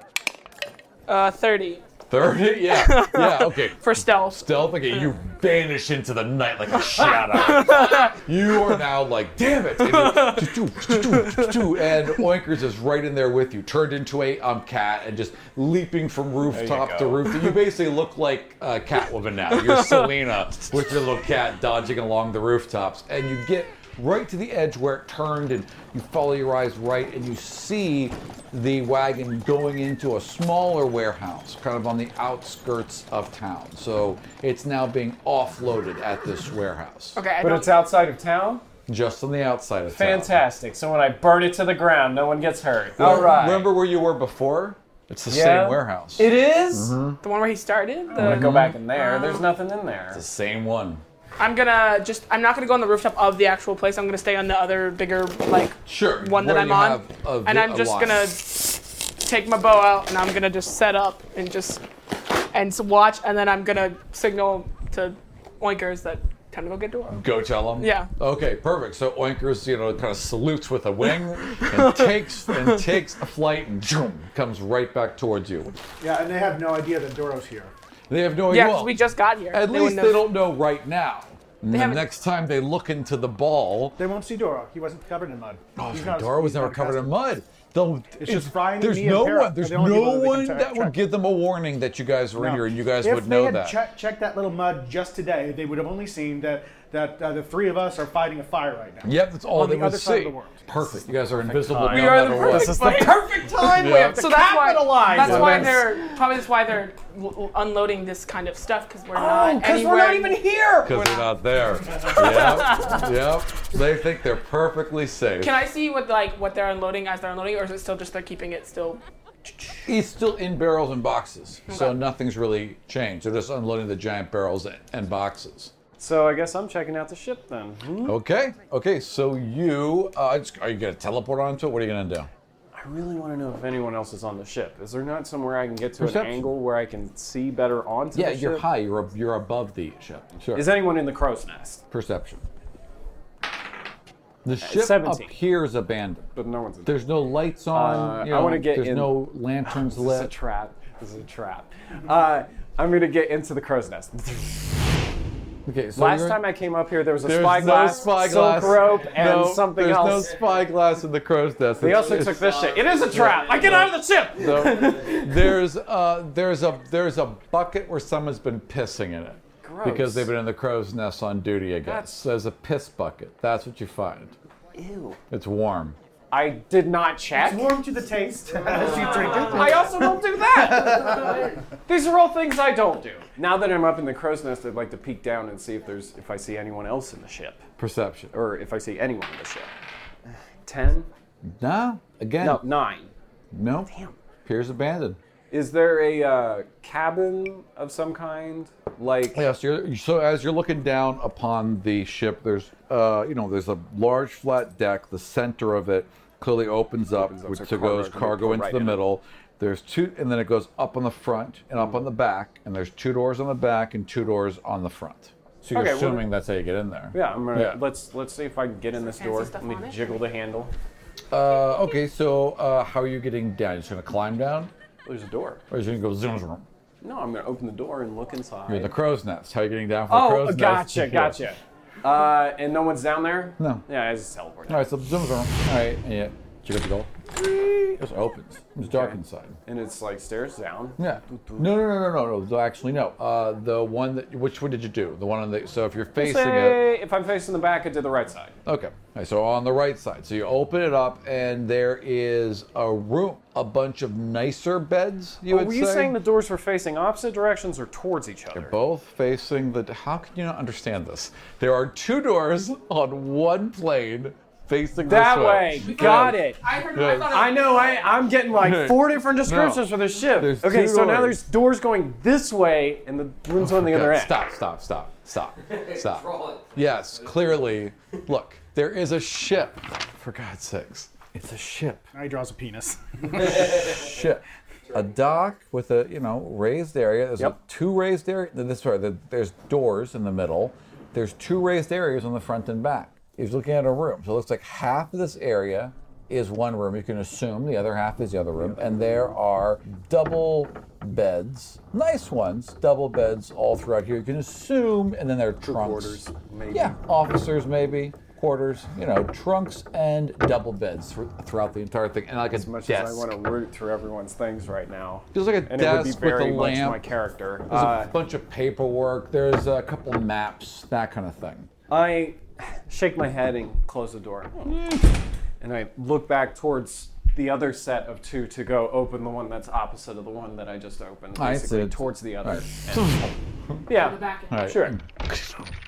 Speaker 5: Uh, 30
Speaker 6: 30? Yeah. Yeah, okay.
Speaker 5: for stealth.
Speaker 6: stealth again. You vanish into the night like a shadow. you are now like, damn it! And, you're, "Choo-choo, choo-choo, choo-choo," and Oinkers is right in there with you, turned into a um, cat and just leaping from rooftop to
Speaker 8: go.
Speaker 6: roof. You basically look like uh, Catwoman now. You're Selena with your little cat dodging along the rooftops, and you get right to the edge where it turned, and you follow your eyes right, and you see the wagon going into a smaller warehouse, kind of on the outskirts of town. So it's now being offloaded at this warehouse,
Speaker 5: Okay, I
Speaker 8: But
Speaker 5: don't-
Speaker 8: it's outside of town.
Speaker 6: just on the outside of town.
Speaker 8: Fantastic. So when I burn it to the ground, no one gets hurt. All right.
Speaker 6: Remember where you were before? It's the
Speaker 8: Yeah.
Speaker 6: same warehouse.
Speaker 8: It is?
Speaker 5: the one where he
Speaker 6: Oh
Speaker 5: started. The,
Speaker 8: I'm gonna
Speaker 6: Mm-hmm.
Speaker 8: go back in there.
Speaker 6: Uh-huh.
Speaker 8: There's nothing in there.
Speaker 6: the same one.
Speaker 5: I'm gonna just. I'm not gonna go on the rooftop of the actual place. I'm gonna stay on the other bigger like
Speaker 6: Sure.
Speaker 5: one that
Speaker 6: where
Speaker 5: I'm
Speaker 6: you
Speaker 5: on,
Speaker 6: have a vi-
Speaker 5: and I'm
Speaker 6: a
Speaker 5: just
Speaker 6: line.
Speaker 5: gonna take my bow out and I'm gonna just set up and just and s- watch, and then I'm gonna signal to Oinkers that time to go get Dora.
Speaker 6: Go tell him.
Speaker 5: Yeah.
Speaker 6: Okay, perfect. So Oinkers, you know, kind of salutes with a wing and takes and takes a flight and zoom, comes right back towards you.
Speaker 4: Yeah, and they have no idea that Doro's here.
Speaker 6: They have no
Speaker 5: Yeah,
Speaker 6: idea.
Speaker 5: 'cause we just got here.
Speaker 6: At
Speaker 5: They
Speaker 6: least
Speaker 5: wouldn't
Speaker 6: they
Speaker 5: have-
Speaker 6: don't know right now. And the
Speaker 5: haven't-
Speaker 6: next time they look into the ball,
Speaker 4: They won't see Doro. He wasn't covered in mud.
Speaker 6: oh,
Speaker 4: He's
Speaker 6: the
Speaker 4: not-
Speaker 6: door was
Speaker 4: he's not
Speaker 6: never
Speaker 4: a
Speaker 6: covered in
Speaker 4: bastard.
Speaker 6: mud. They'll-
Speaker 4: It's just Brian and
Speaker 6: There's
Speaker 4: me and
Speaker 6: no
Speaker 4: Tara.
Speaker 6: one. There's
Speaker 4: They're the only
Speaker 6: no
Speaker 4: people that we
Speaker 6: one
Speaker 4: can
Speaker 6: that would
Speaker 4: track.
Speaker 6: give them a warning that you guys were in
Speaker 4: No.
Speaker 6: here, and you guys
Speaker 4: if
Speaker 6: would know
Speaker 4: they had
Speaker 6: that.
Speaker 4: Check, checked that little mud just today, they would have only seen that that uh, the three of us are fighting a fire right now.
Speaker 6: Yep, that's all
Speaker 4: On
Speaker 6: they
Speaker 4: the
Speaker 6: would
Speaker 4: other
Speaker 6: see.
Speaker 4: side of the world. "Oh,
Speaker 6: Perfect. You guys are invisible.
Speaker 8: time. We
Speaker 6: no
Speaker 5: are the
Speaker 6: matter what.
Speaker 5: perfect
Speaker 8: This is the perfect time we have to
Speaker 5: So that's why.
Speaker 8: capitalize
Speaker 5: That's
Speaker 8: on
Speaker 5: why
Speaker 8: this.
Speaker 5: they're probably that's why they're l- l- unloading this kind of stuff because we're
Speaker 8: Oh,
Speaker 5: not
Speaker 8: because
Speaker 5: anywhere.
Speaker 8: we're not even here.
Speaker 6: Because they're not there. yep. Yep. They think they're perfectly safe.
Speaker 5: Can I see what like what they're unloading as they're unloading, or is it still just they're keeping it still?
Speaker 6: He's still in barrels and boxes, so
Speaker 5: Okay.
Speaker 6: nothing's really changed. They're just unloading the giant barrels and- and boxes.
Speaker 8: So I guess I'm checking out the ship then. Hmm?
Speaker 6: Okay. Okay. So you, uh, it's- are you gonna teleport onto it? What are you gonna do?
Speaker 8: I really want to know if anyone else is on the ship. Is there not somewhere I can get to
Speaker 6: Perception.
Speaker 8: an angle where I can see better onto
Speaker 6: Yeah,
Speaker 8: the ship?
Speaker 6: you're high. You're ab- you're above the ship. Sure.
Speaker 8: Is anyone in the crow's nest?
Speaker 6: perception? The ship
Speaker 8: 17.
Speaker 6: appears abandoned.
Speaker 8: But no one's in
Speaker 6: There's no lights on.
Speaker 8: Uh,
Speaker 6: you
Speaker 8: I wanna
Speaker 6: know,
Speaker 8: get
Speaker 6: There's
Speaker 8: in-
Speaker 6: no lanterns
Speaker 8: This is a
Speaker 6: lit.
Speaker 8: trap. This is a trap. Uh, I'm gonna get into the crow's nest.
Speaker 6: Okay. So
Speaker 8: Last
Speaker 6: you're-
Speaker 8: time I came up here, there was a
Speaker 6: There's
Speaker 8: spyglass,
Speaker 6: no spyglass,
Speaker 8: silk rope, and
Speaker 6: No,
Speaker 8: something
Speaker 6: there's
Speaker 8: else.
Speaker 6: no spyglass in the crow's nest.
Speaker 8: they
Speaker 6: It's-
Speaker 8: also took
Speaker 6: it's-
Speaker 8: this shit. It is a trap. I get out of the ship.
Speaker 6: So there's uh, there's a there's a bucket where someone's been pissing in it because
Speaker 8: Gross.
Speaker 6: they've been in the crow's nest on duty. I guess
Speaker 8: That's-
Speaker 6: there's a piss bucket. That's what you find.
Speaker 8: Ew.
Speaker 6: It's warm.
Speaker 8: I did not check.
Speaker 4: Warm to the taste as you drink it.
Speaker 8: I also don't do that. These are all things I don't do. Now that I'm up in the crow's nest, I'd like to peek down and see if there's if I see anyone else in the ship,
Speaker 6: Perception. Or,
Speaker 8: or if I see anyone in the ship. Ten?
Speaker 6: nah. Again.
Speaker 8: No, nine.
Speaker 6: No. Piers abandoned.
Speaker 8: Is there a uh, cabin of some kind? Like
Speaker 6: Yes. You're, so as you're looking down upon the ship, there's uh, you know there's a large flat deck. The center of it clearly opens up,
Speaker 8: Opens up
Speaker 6: which
Speaker 8: so
Speaker 6: so
Speaker 8: cargo
Speaker 6: goes
Speaker 8: can be
Speaker 6: cargo
Speaker 8: put
Speaker 6: into
Speaker 8: right
Speaker 6: the
Speaker 8: in it.
Speaker 6: middle. There's two, and then it goes up on the front and up on the back, and there's two doors on the back and two doors on the front. So you're
Speaker 8: Okay, well,
Speaker 6: assuming that's how you get in there.
Speaker 8: yeah, I'm gonna
Speaker 6: Yeah.
Speaker 8: let's let's see if I can get in this door.
Speaker 5: stuff
Speaker 8: Let me
Speaker 5: on it?
Speaker 8: jiggle the handle.
Speaker 6: Uh, okay, so uh, how are you getting down? You're just gonna climb down,
Speaker 8: There's a door.
Speaker 6: or you're gonna go zoom zoom?
Speaker 8: No, I'm gonna open the door and look inside.
Speaker 6: You're the crow's nest. How are you getting down from the crow's
Speaker 8: oh,
Speaker 6: nest?
Speaker 8: gotcha,
Speaker 6: to here?
Speaker 8: gotcha. Uh, and no one's down there.
Speaker 6: No.
Speaker 8: Yeah, I just teleported.
Speaker 6: All right, so zoom zoom. All right, and yeah, check out the goal. It just opens. It's dark inside.
Speaker 8: And it's like stairs down.
Speaker 6: Yeah. No, no, no, no, no, no. So Actually, no. Uh, the one that which one did you do? The one on the so if you're facing it.
Speaker 8: Say if I'm facing the back, I did the right side.
Speaker 6: Okay. All right, so on the right side. So you open it up, and there is a room, a bunch of nicer beds. You would
Speaker 8: Oh, were you
Speaker 6: say?
Speaker 8: saying the doors were facing opposite directions or towards each other?
Speaker 6: both facing the. How can you not understand this? There are two doors on one plane facing
Speaker 8: That
Speaker 6: this
Speaker 8: way. Got it.
Speaker 7: I heard. I thought it
Speaker 8: I know. I, I'm getting like four different descriptions for
Speaker 6: No.
Speaker 8: this ship.
Speaker 6: There's
Speaker 8: okay,
Speaker 6: two
Speaker 8: so now
Speaker 6: doors.
Speaker 8: there's doors going this way and the rooms on the
Speaker 6: Oh God,
Speaker 8: other end.
Speaker 6: Stop! Stop! Stop! Stop! Stop!
Speaker 7: was.
Speaker 6: yes, clearly. Look, there is a ship. For God's sakes, it's a ship.
Speaker 4: Now he draws a penis.
Speaker 6: ship. A dock with a you know raised area. There's
Speaker 8: Yep.
Speaker 6: two raised areas. This sorry, there- there's doors in the middle. There's two raised areas on the front and back. He's looking at a room. So it looks like half of this area is one room. You can assume the other half is the other room. And there are double beds, nice ones, double beds all throughout here. You can assume, and then there are trunks.
Speaker 8: quarters, maybe.
Speaker 6: Yeah, officers maybe. Quarters, you know, trunks and double beds thr- throughout the entire thing, and like
Speaker 8: As much as I
Speaker 6: desk.
Speaker 8: want to root through everyone's things right now.
Speaker 6: Feels like a
Speaker 8: and it would
Speaker 6: desk
Speaker 8: be very
Speaker 6: with a
Speaker 8: much
Speaker 6: lamp.
Speaker 8: my character.
Speaker 6: There's
Speaker 8: Uh,
Speaker 6: a bunch of paperwork. There's a couple maps, that kind of thing.
Speaker 8: I shake my head and close the door. And I look back towards the other set of two to go open the one that's opposite of the one that I just opened.
Speaker 6: I
Speaker 8: Basically,
Speaker 6: see.
Speaker 8: towards the other.
Speaker 6: All right.
Speaker 8: And- yeah.
Speaker 5: Back.
Speaker 6: All right.
Speaker 8: Sure.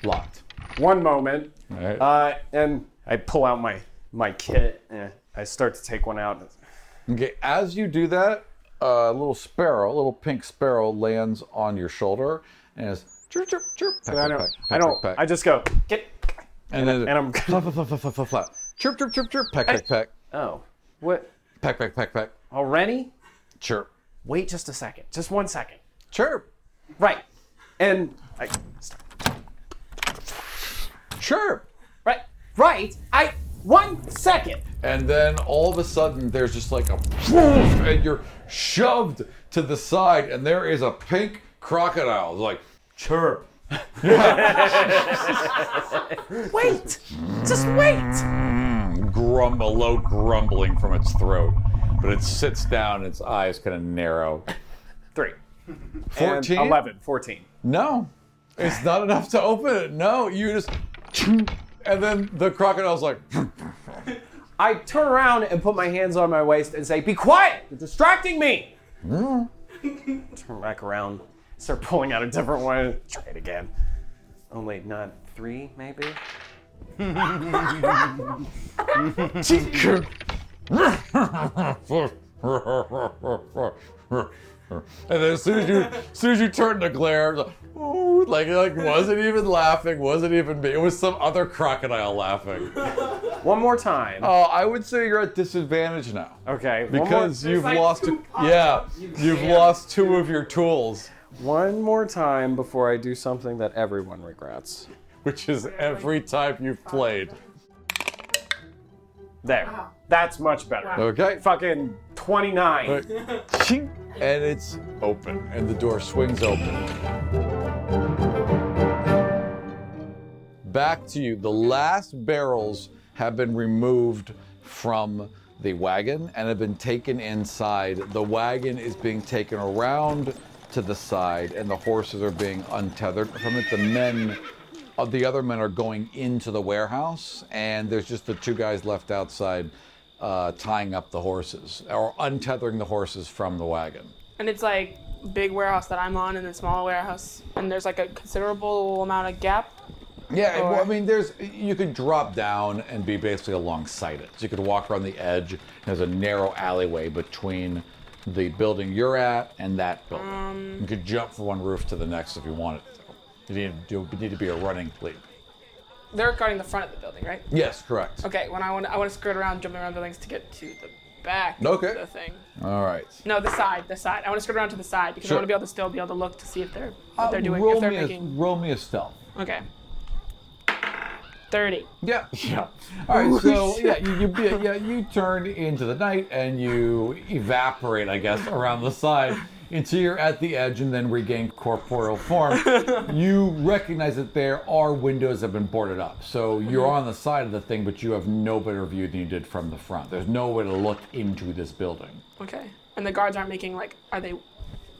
Speaker 6: Locked.
Speaker 8: One moment.
Speaker 6: All right.
Speaker 8: Uh, and I pull out my, my kit and I start to take one out.
Speaker 6: okay. As you do that, a little sparrow, a little pink sparrow, lands on your shoulder and is chirp chirp chirp. Peck,
Speaker 8: I
Speaker 6: peck,
Speaker 8: don't.
Speaker 6: peck,
Speaker 8: I don't.
Speaker 6: peck, peck,
Speaker 8: I just go. Get.
Speaker 6: and then
Speaker 8: and I'm-
Speaker 6: flap flap flap flap flap, flap flap. Chirp chirp chirp chirp. Peck peck peck.
Speaker 8: Oh, what?
Speaker 6: Peck peck peck peck.
Speaker 8: Already?
Speaker 6: Chirp
Speaker 8: Wait just a second. Just one second.
Speaker 6: chirp
Speaker 8: Right. And I
Speaker 6: chirp.
Speaker 8: right. Right. I one second.
Speaker 6: And then all of a sudden, there's just like a whoosh, and you're shoved to the side, and there is a pink crocodile. It's like, chirp.
Speaker 8: Wait. Just wait.
Speaker 6: Grumble, a low grumbling from its throat. But it sits down, and its eyes kind of narrow.
Speaker 8: Three.
Speaker 6: 14?
Speaker 8: And 11. 14.
Speaker 6: No. It's not enough to open it. No, you just. And then the crocodile's like,
Speaker 8: I turn around and put my hands on my waist and say, Be quiet! You're distracting me! turn back around, start pulling out a different one. Try it again. Only not three, maybe?
Speaker 6: And then as soon as you, as soon as you turn to glare, it's like, "Ooh," like, like wasn't even laughing, wasn't even me. It was some other crocodile laughing.
Speaker 8: One more time.
Speaker 6: Oh, I would say you're at disadvantage now
Speaker 8: okay. one more-
Speaker 6: because you've
Speaker 5: like
Speaker 6: lost,
Speaker 5: two
Speaker 6: a, yeah, you've lost two of your tools,
Speaker 8: One more time before I do something that everyone regrets.
Speaker 6: which is every time you've played.
Speaker 8: There. That's much better.
Speaker 6: Okay,
Speaker 8: Fucking 29.
Speaker 6: Right. Ching. and it's open, and the door swings open. Back to you. The last barrels have been removed from the wagon and have been taken inside. The wagon is being taken around to the side, and the horses are being untethered from it. The men. Of the other men are going into the warehouse, and there's just the two guys left outside uh, tying up the horses or untethering the horses from the wagon.
Speaker 5: And it's like big warehouse that I'm on and then small warehouse. And there's like a considerable amount of gap.
Speaker 6: Yeah,
Speaker 5: Or-
Speaker 6: well, I mean, there's you could drop down and be basically alongside it. So you could walk around the edge. There's a narrow alleyway between the building you're at and that building.
Speaker 5: Um,
Speaker 6: you could jump from one roof to the next if you wanted to. You need, you need to be a running leap.
Speaker 5: They're guarding the front of the building, right?
Speaker 6: Yes, correct.
Speaker 5: Okay, when I want I want to skirt around, jumping around buildings to get to the back
Speaker 6: Okay.
Speaker 5: of the thing.
Speaker 6: All right.
Speaker 5: No, the side, the side. I want to skirt around to the side because
Speaker 6: Sure.
Speaker 5: I want to be able to still be able to look to see if they're what
Speaker 6: Uh,
Speaker 5: they're doing,
Speaker 6: roll
Speaker 5: if they're
Speaker 6: me a-
Speaker 5: making.
Speaker 6: roll me a stealth.
Speaker 5: Okay. 30.
Speaker 6: Yeah. Yeah. All right. So yeah, you, you be- yeah you turn into the night and you evaporate, I guess, around the side until you're at the edge and then regain corporeal form. you recognize that there are windows that have been boarded up, so you're on the side of the thing, but you have no better view than you did from the front. There's no way to look into this building.
Speaker 5: Okay. And the guards aren't making like, are they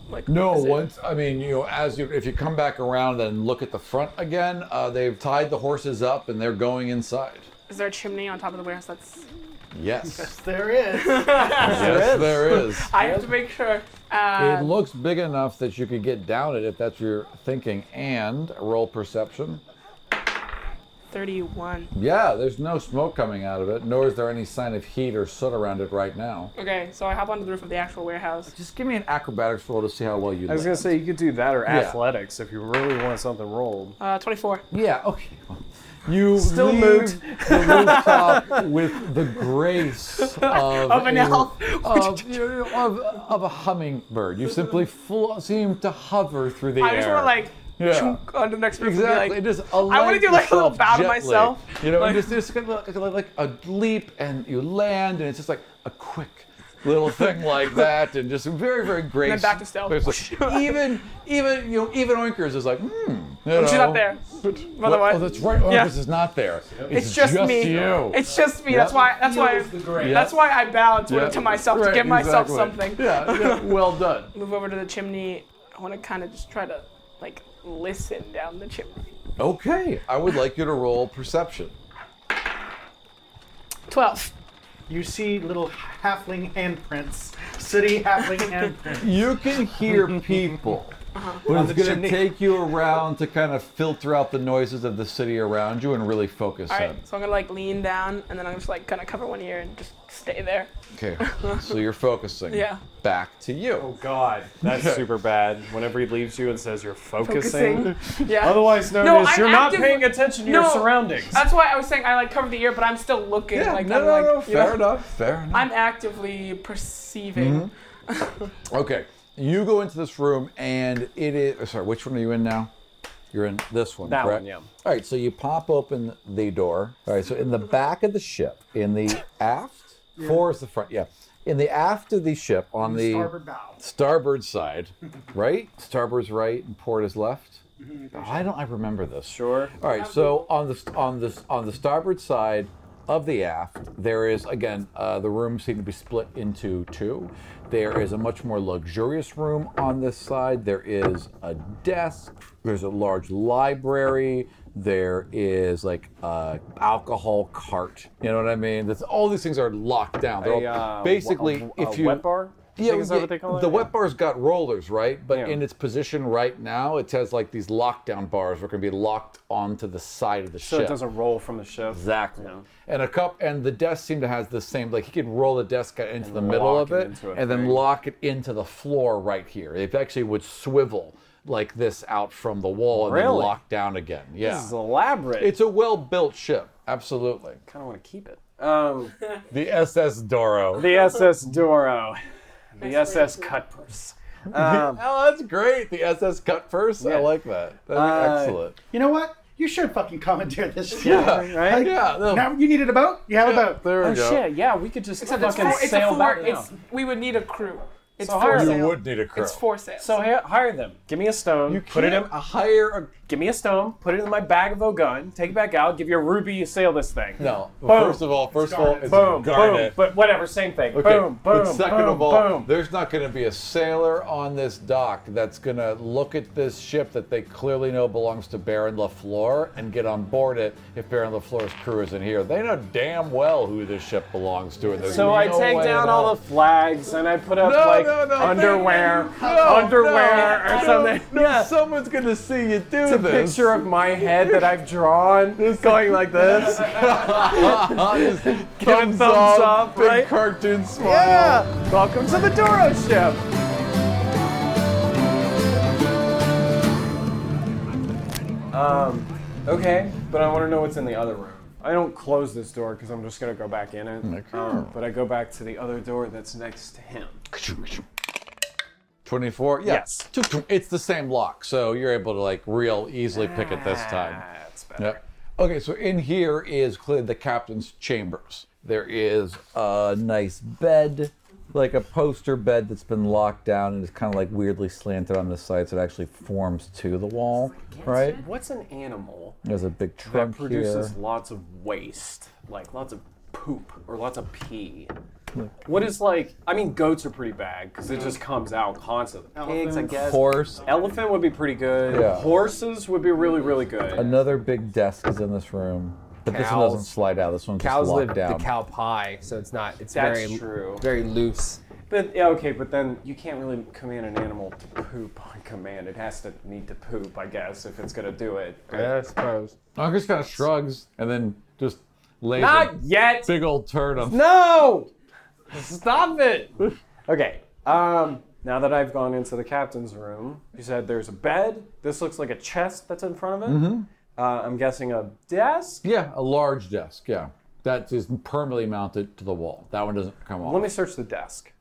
Speaker 5: like?
Speaker 6: No,
Speaker 5: is it-
Speaker 6: once I mean, you know, as you if you come back around and look at the front again, uh, they've tied the horses up and they're going inside.
Speaker 5: Is there a chimney on top of the warehouse? That's.
Speaker 6: Yes,
Speaker 4: There is.
Speaker 6: yes, there is.
Speaker 5: I have to make sure.
Speaker 6: It
Speaker 5: Uh,
Speaker 6: looks big enough that you could get down it if that's what you're thinking. And roll perception.
Speaker 5: 31.
Speaker 6: Yeah, there's no smoke coming out of it, nor is there any sign of heat or soot around it right now.
Speaker 5: Okay, so I hop onto the roof of the actual warehouse.
Speaker 6: Just give me an acrobatics roll to see how well you.
Speaker 8: I was gonna
Speaker 6: land.
Speaker 8: say you could do that or
Speaker 6: Yeah.
Speaker 8: athletics if you really want something rolled.
Speaker 5: Uh, 24.
Speaker 6: Yeah. Okay. You
Speaker 8: Still
Speaker 6: leave
Speaker 8: moot.
Speaker 6: the rooftop with the grace of,
Speaker 5: an
Speaker 6: a-
Speaker 5: elf.
Speaker 6: of, you know, of, of a hummingbird. You simply fl- seem to hover through the
Speaker 5: I
Speaker 6: air.
Speaker 5: just want to like
Speaker 6: Yeah.
Speaker 5: chook onto the next roof
Speaker 6: Exactly.
Speaker 5: and be like,
Speaker 6: just
Speaker 5: I wanna
Speaker 6: alight
Speaker 5: do, like, a little
Speaker 6: yourself
Speaker 5: bow to
Speaker 6: gently.
Speaker 5: myself.
Speaker 6: You know,
Speaker 5: Like-
Speaker 6: and just, just kind of like, like a leap, and you land, and it's just like a quick little thing like that, and just very, very graceful.
Speaker 5: back to stealth.
Speaker 6: even, even, you know, even Oinkers is like, hmm. you
Speaker 5: she's
Speaker 6: know.
Speaker 5: not there. By the
Speaker 6: Well,
Speaker 5: way.
Speaker 6: oh, that's right. Oinkers
Speaker 5: Yeah.
Speaker 6: is not there.
Speaker 5: It's, just, me.
Speaker 6: you.
Speaker 5: It's just me. That's why. That's why. That's why I bow to,
Speaker 6: Yeah.
Speaker 5: to myself
Speaker 6: Right,
Speaker 5: to give myself
Speaker 6: exactly.
Speaker 5: something.
Speaker 6: Yeah, yeah, well done.
Speaker 5: Move over to the chimney. I want to kind of just try to like listen down the chimney.
Speaker 6: Okay, I would like you to roll perception.
Speaker 5: 12.
Speaker 4: You see little halfling handprints, city halfling handprints.
Speaker 6: You can hear people,
Speaker 5: Uh-huh.
Speaker 6: but it's going to take you around to kind of filter out the noises of the city around you and really focus
Speaker 5: All
Speaker 6: on.
Speaker 5: right. So I'm gonna like lean down and then I'm just like gonna cover one ear and just stay there.
Speaker 6: Okay, so you're focusing.
Speaker 5: Yeah.
Speaker 6: Back to you.
Speaker 8: Oh, God, that's super bad. Whenever he leaves you and says you're focusing,
Speaker 5: Focusing. Yeah.
Speaker 8: otherwise known
Speaker 5: No,
Speaker 8: as
Speaker 5: I'm
Speaker 8: you're not
Speaker 5: actively-
Speaker 8: paying attention to your
Speaker 5: No.
Speaker 8: surroundings.
Speaker 5: That's why I was saying I like cover the ear, but I'm still looking.
Speaker 6: Yeah,
Speaker 5: like
Speaker 6: no,
Speaker 5: I'm
Speaker 6: no,
Speaker 5: like,
Speaker 6: no,
Speaker 5: you know,
Speaker 6: fair enough, Mm-hmm. fair enough.
Speaker 5: I'm actively perceiving.
Speaker 6: Okay, you go into this room and it is. oh, Sorry, which one are you in now? You're in this one,
Speaker 8: That one,
Speaker 6: correct?
Speaker 8: yeah.
Speaker 6: All right, so you pop open the door. All right, so in the
Speaker 5: Mm-hmm.
Speaker 6: back of the ship, in the aft, four is the front, yeah. In the aft of the ship, on the
Speaker 4: Starboard bow.
Speaker 6: starboard side, right? Starboard's right and port is left. Why don't I remember this?
Speaker 8: Sure.
Speaker 6: All right. So on the on the on the starboard side of the aft, there is again uh, the rooms seem to be split into two. There is a much more luxurious room on this side. There is a desk. There's a large library. There is like a alcohol cart. You know what I mean? That's all these things are locked down. They're all-
Speaker 8: A, uh,
Speaker 6: basically,
Speaker 8: a- a
Speaker 6: if you
Speaker 8: wet bar? I think is that what they call it?
Speaker 6: the
Speaker 8: Yeah.
Speaker 6: wet bar's got rollers, right? But
Speaker 8: Yeah.
Speaker 6: in its position right now, it has like these lockdown bars that are going to be locked onto the side of the
Speaker 8: so
Speaker 6: ship.
Speaker 8: it doesn't roll from the ship.
Speaker 6: exactly.
Speaker 8: No.
Speaker 6: And a cup and the desk seem to have the same. Like he could roll the desk out into the middle
Speaker 8: lock
Speaker 6: of
Speaker 8: it
Speaker 6: it,
Speaker 8: into a
Speaker 6: and then
Speaker 8: thing.
Speaker 6: lock it into the floor right here. It actually would swivel like this out from the wall and then
Speaker 8: Really?
Speaker 6: lock down again. Yeah,
Speaker 8: This is elaborate.
Speaker 6: it's a well-built ship. Absolutely.
Speaker 8: kind of want to keep it. Um,
Speaker 6: The SS Doro.
Speaker 8: the SS Doro, the SS Cutpurse. Um,
Speaker 6: oh, that's great. The SS cut first. I
Speaker 8: Yeah.
Speaker 6: like that. That's
Speaker 8: Uh,
Speaker 6: excellent.
Speaker 4: You know what? You should fucking commandeer this shit.
Speaker 6: Yeah,
Speaker 8: right?
Speaker 4: Like,
Speaker 6: Yeah, no.
Speaker 4: Now you needed a boat? You have a boat.
Speaker 6: There we
Speaker 8: oh
Speaker 6: go.
Speaker 8: shit! Yeah, we could just
Speaker 5: Except it's,
Speaker 8: fucking
Speaker 5: for, it's a
Speaker 8: sail
Speaker 5: four.
Speaker 8: back
Speaker 5: It's,
Speaker 8: down.
Speaker 5: we would need a crew. It's
Speaker 8: So
Speaker 5: for
Speaker 8: hire-
Speaker 5: sale.
Speaker 6: You would need a crew.
Speaker 5: It's for sale.
Speaker 8: So hi- hire them. Give me a stone.
Speaker 6: You
Speaker 8: put it in.
Speaker 6: a higher. A,
Speaker 8: Give me a stone. Put it in my bag of Ogun. Take it back out. Give you a ruby. You sail this thing.
Speaker 6: no.
Speaker 8: Boom.
Speaker 6: First of all, first of all, it's
Speaker 8: boom. Boom.
Speaker 6: garnet.
Speaker 8: But whatever. Same thing.
Speaker 6: Okay,
Speaker 8: Boom. Boom.
Speaker 6: But second
Speaker 8: boom,
Speaker 6: of all,
Speaker 8: boom.
Speaker 6: there's not going to be a sailor on this dock that's going to look at this ship that they clearly know belongs to Baron LaFleur and get on board it if Baron LaFleur's crew isn't here. They know damn well who this ship belongs to. And there's
Speaker 8: So I
Speaker 6: no
Speaker 8: take
Speaker 6: way
Speaker 8: down
Speaker 6: in
Speaker 8: all
Speaker 6: hell-
Speaker 8: the flags and I put up
Speaker 6: No,
Speaker 8: like
Speaker 6: no, no, thank
Speaker 8: underwear,
Speaker 6: you. No,
Speaker 8: underwear
Speaker 6: no,
Speaker 8: or something.
Speaker 6: No,
Speaker 8: Yeah.
Speaker 6: Someone's going to see you do
Speaker 8: It's a
Speaker 6: this.
Speaker 8: picture of my head that I've drawn, going like this.
Speaker 6: Just thumbs
Speaker 8: thumbs
Speaker 6: up,
Speaker 8: up,
Speaker 6: big
Speaker 8: right?
Speaker 6: cartoon smile.
Speaker 8: Yeah. Welcome to the Doro ship. Um, okay, but I want to know what's in the other room. I don't close this door because I'm just gonna go back in it. Um, but I go back to the other door that's next to him.
Speaker 6: 24 yeah.
Speaker 8: Yes.
Speaker 6: Tuk, tuk. it's the same lock so you're able to like real easily pick it this time
Speaker 8: Ah. That's better.
Speaker 6: yep. Okay, so in here is clearly the captain's chambers. There is a nice bed, like a poster bed that's been locked down and is kind of like weirdly slanted on the side, so it actually forms to the wall, right?
Speaker 8: What's an animal
Speaker 6: There's a
Speaker 8: that
Speaker 6: big trunk
Speaker 8: produces
Speaker 6: here.
Speaker 8: lots of waste, like lots of poop or lots of pee? What is like? I mean, goats are pretty bad because it just comes out constantly. Pigs, I guess.
Speaker 6: Horse.
Speaker 8: Elephant would be pretty good.
Speaker 6: Yeah.
Speaker 8: Horses would be really, really good.
Speaker 6: Another big desk is in this room, but this one
Speaker 9: Cows.
Speaker 6: doesn't slide out. This one's
Speaker 9: Cows
Speaker 6: just locked
Speaker 9: live
Speaker 6: down.
Speaker 9: the cow pie, so it's not. It's
Speaker 8: That's
Speaker 9: very
Speaker 8: true.
Speaker 9: very loose.
Speaker 8: But yeah, okay, but then you can't really command an animal to poop on command. It has to need to poop, I guess, if it's gonna do it.
Speaker 9: Yeah, I suppose.
Speaker 6: Angus kind of shrugs and then just lays
Speaker 8: Not
Speaker 6: a
Speaker 8: yet.
Speaker 6: big old turd on.
Speaker 8: No! Stop it! Okay. Um, now that I've gone into the captain's room, you said there's a bed. This looks like a chest that's in front of it.
Speaker 6: Mm-hmm.
Speaker 8: Uh, I'm guessing a desk.
Speaker 6: Yeah, a large desk. Yeah, that is permanently mounted to the wall. That one doesn't come off.
Speaker 8: Let me search the desk.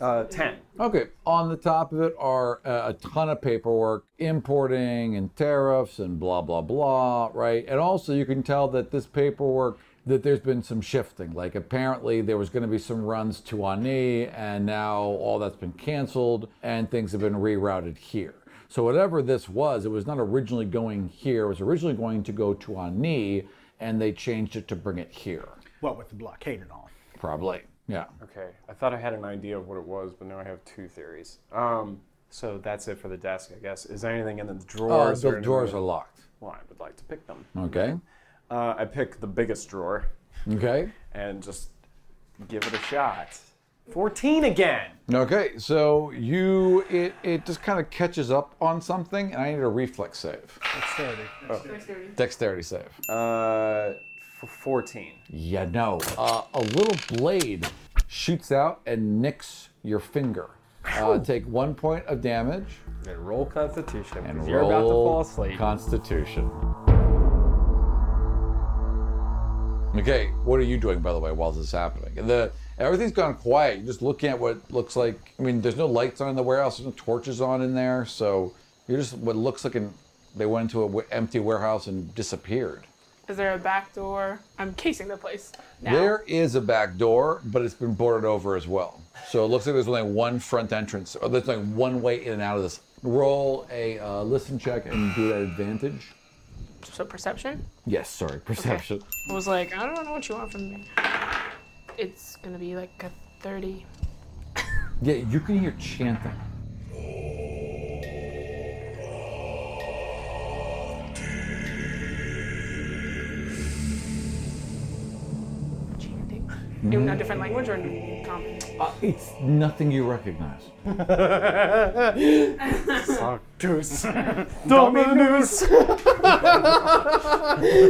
Speaker 8: Uh, 10.
Speaker 6: Okay, on the top of it are uh, a ton of paperwork, importing and tariffs and blah, blah, blah, right? And also, you can tell that this paperwork, that there's been some shifting. Like, apparently, there was going to be some runs to Ani, and now all that's been canceled, and things have been rerouted here. So, whatever this was, it was not originally going here, it was originally going to go to Ani, and they changed it to bring it here,
Speaker 4: What with the blockade and all.
Speaker 6: probably. Yeah.
Speaker 8: Okay, I thought I had an idea of what it was, but now I have two theories. Um, so that's it for the desk, I guess. Is there anything in the
Speaker 6: Uh,
Speaker 8: drawers? or
Speaker 6: the
Speaker 8: anything
Speaker 6: drawers
Speaker 8: that-
Speaker 6: are locked.
Speaker 8: Well, I would like to pick them.
Speaker 6: Okay.
Speaker 8: Uh, I pick the biggest drawer
Speaker 6: Okay.
Speaker 8: and just give it a shot. 14 again.
Speaker 6: Okay, so you it, it just kind of catches up on something, and I need a reflex save, Oh. dexterity save.
Speaker 8: Uh, f- 14.
Speaker 6: Yeah, no, uh, a little blade shoots out and nicks your finger. Uh, take one point of damage
Speaker 9: And roll Constitution.
Speaker 6: and
Speaker 9: you're
Speaker 6: roll
Speaker 9: about to fall asleep.
Speaker 6: Constitution. Okay, what are you doing by the way while this is happening? The everything's gone quiet. You're just looking at what looks like. I mean, there's no lights on in the warehouse. There's no torches on in there. So you're just what looks like an. They went into an empty warehouse and disappeared.
Speaker 5: Is there a back door? I'm casing the place now.
Speaker 6: There is a back door, but it's been boarded over as well. So it looks like there's only one front entrance, or there's only one way in and out of this. Roll a uh, listen check and do that advantage.
Speaker 5: So perception.
Speaker 6: Yes, sorry, perception.
Speaker 5: I was like, I don't know what you want from me. It's gonna be like a 30.
Speaker 6: Yeah, you can hear chanting.
Speaker 5: Chanting. In a different language or in common?
Speaker 6: Uh, it's nothing you recognize.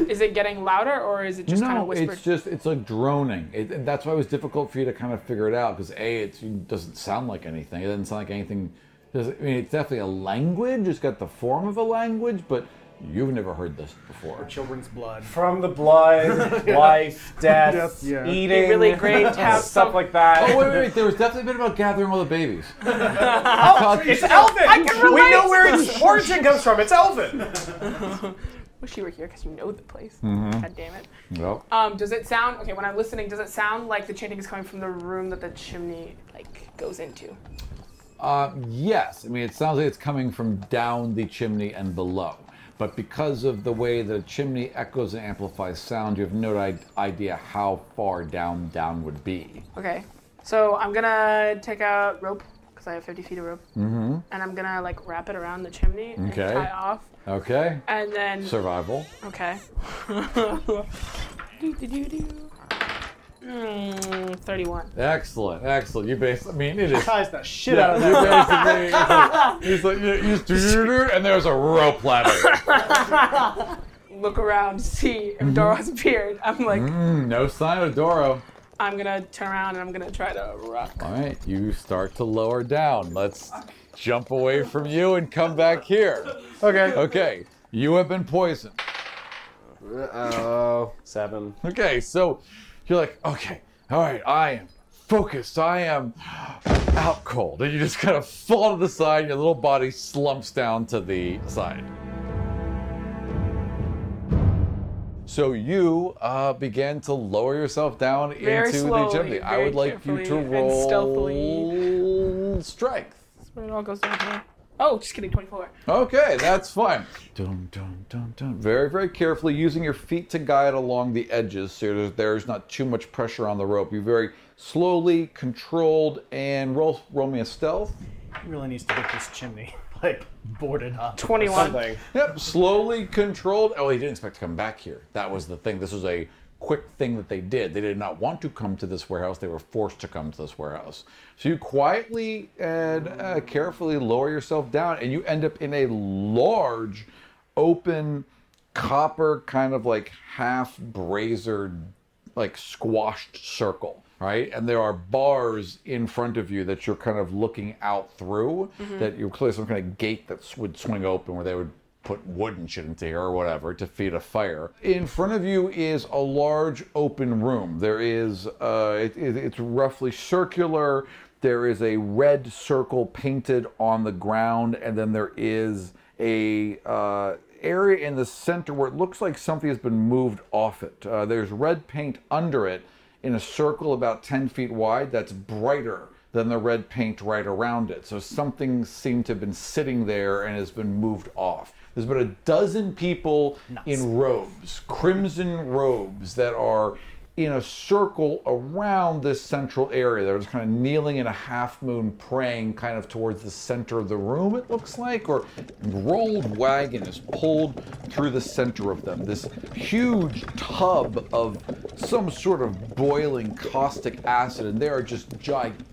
Speaker 5: Is it getting louder or is it just kind of
Speaker 6: no,
Speaker 5: whispered?
Speaker 6: it's just it's like droning. It, and that's why it was difficult for you to kind of figure it out because a it's, it doesn't sound like anything. It doesn't sound like anything. does- I mean, it's definitely a language. It's got the form of a language, but you've never heard this before.
Speaker 4: Children's blood.
Speaker 8: From the blood, life, death,
Speaker 4: Death, yeah.
Speaker 8: eating,
Speaker 5: really great to have
Speaker 8: stuff
Speaker 5: some-
Speaker 8: like that.
Speaker 6: Oh wait, wait, wait! There was definitely a bit about gathering all the babies. oh,
Speaker 8: It's Elvin!
Speaker 5: I can
Speaker 8: we
Speaker 5: relate!
Speaker 8: know where its origin comes from. It's Elvin!
Speaker 5: Wish you were here because you know the place.
Speaker 6: Mm-hmm.
Speaker 5: God damn it.
Speaker 6: Well,
Speaker 5: Um, does it sound okay when I'm listening? Does it sound like the chanting is coming from the room that the chimney like goes into?
Speaker 6: Um, yes, I mean it sounds like it's coming from down the chimney and below, but because of the way the chimney echoes and amplifies sound, you have no i- idea how far down down would be.
Speaker 5: Okay, so I'm gonna take out rope because I have 50 feet of rope, mm-hmm. and I'm gonna like wrap it around the chimney and
Speaker 6: Okay.
Speaker 5: tie off,
Speaker 6: Okay,
Speaker 5: and then
Speaker 6: survival.
Speaker 5: okay. do, do, do, do. Hmm, 31.
Speaker 6: Excellent, excellent. You base. I mean, it is.
Speaker 4: Ties the shit out of that.
Speaker 6: You basically. He's like, you you just, and there's a rope ladder.
Speaker 5: Look around, see
Speaker 6: Mm-hmm.
Speaker 5: if Doro has appeared. I'm like,
Speaker 6: No sign of Doro.
Speaker 5: I'm gonna turn around and I'm gonna try to rock.
Speaker 6: All right, you start to lower down. Let's jump away from you and come back here.
Speaker 4: Okay.
Speaker 6: Okay, you have been poisoned.
Speaker 9: Oh,
Speaker 8: Seven.
Speaker 6: Okay, so you're like, okay, all right, I am focused. I am out cold. And you just kind of fall to the side, your little body slumps down to the side. So you uh, began to lower yourself down
Speaker 5: Very
Speaker 6: into
Speaker 5: slowly,
Speaker 6: the chimney. I
Speaker 5: very
Speaker 6: would like you to
Speaker 5: carefully and
Speaker 6: roll strength.
Speaker 5: But it all goes down here. Oh, just kidding. 24.
Speaker 6: Okay, that's fine.
Speaker 1: Dum, dum, dum, dum.
Speaker 6: Very, very carefully using your feet to guide along the edges so there's, there's not too much pressure on the rope. You very slowly, controlled, and roll, roll me a stealth.
Speaker 4: really needs to get this chimney like boarded up.
Speaker 5: 21.
Speaker 6: Yep, slowly controlled. Oh, he didn't expect to come back here. That was the thing. This was a quick thing that they did. They did not want to come to this warehouse. They were forced to come to this warehouse. So you quietly and uh, carefully lower yourself down, and you end up in a large, open, copper kind of like half brazier like squashed circle, right? And there are bars in front of you that you're kind of looking out through. That you're clearly some kind of gate that s- would swing open where they would put wood and shit into here or whatever to feed a fire. In front of you is a large open room. There is uh, it, it, it's roughly circular. There is a red circle painted on the ground, and then there is a uh, area in the center where it looks like something has been moved off it. Uh, there's red paint under it in a circle about 10 feet wide that's brighter than the red paint right around it. So something seemed to have been sitting there and has been moved off. There's about a dozen people in robes, crimson robes that are in a circle around this central area. They're just kind of kneeling in a half moon, praying kind of towards the center of the room, it looks like, or rolled wagon is pulled through the center of them. This huge tub of some sort of boiling caustic acid, and they are just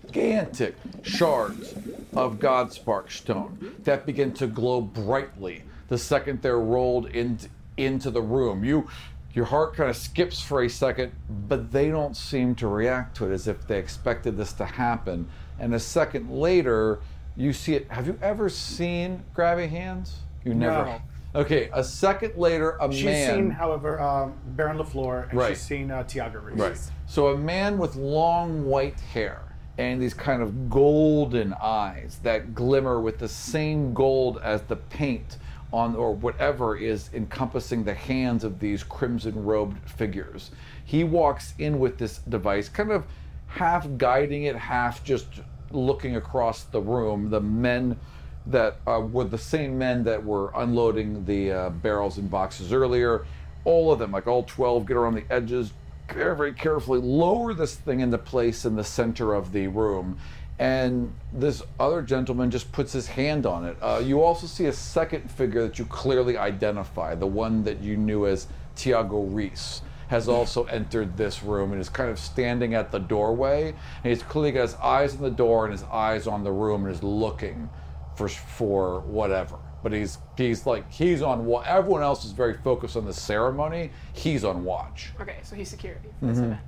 Speaker 6: gigantic shards of Godspark stone that begin to glow brightly the second they're rolled in, into the room. You your heart kind of skips for a second, but they don't seem to react to it as if they expected this to happen. And a second later, you see it. Have you ever seen Grabby Hands? You never.
Speaker 4: No.
Speaker 6: Okay, a second later, a
Speaker 4: She's
Speaker 6: man.
Speaker 4: seen, however, um, Baron Lafleur, and
Speaker 6: Right.
Speaker 4: she's seen uh, Tiago Reeves.
Speaker 6: Right. So a man with long white hair and these kind of golden eyes that glimmer with the same gold as the paint on or whatever is encompassing the hands of these crimson robed figures. He walks in with this device, kind of half guiding it, half just looking across the room. The men that uh, were the same men that were unloading the uh, barrels and boxes earlier. All of them, like all 12, get around the edges, very, very carefully lower this thing into place in the center of the room. And this other gentleman just puts his hand on it. Uh, you also see a second figure that you clearly identify, the one that you knew as Tiago Reese has also entered this room and is kind of standing at the doorway. And he's clearly got his eyes on the door and his eyes on the room and is looking for for whatever. But he's he's like he's on watch. Everyone else is very focused on the ceremony. He's on watch.
Speaker 5: Okay, so he's security. That's what I meant.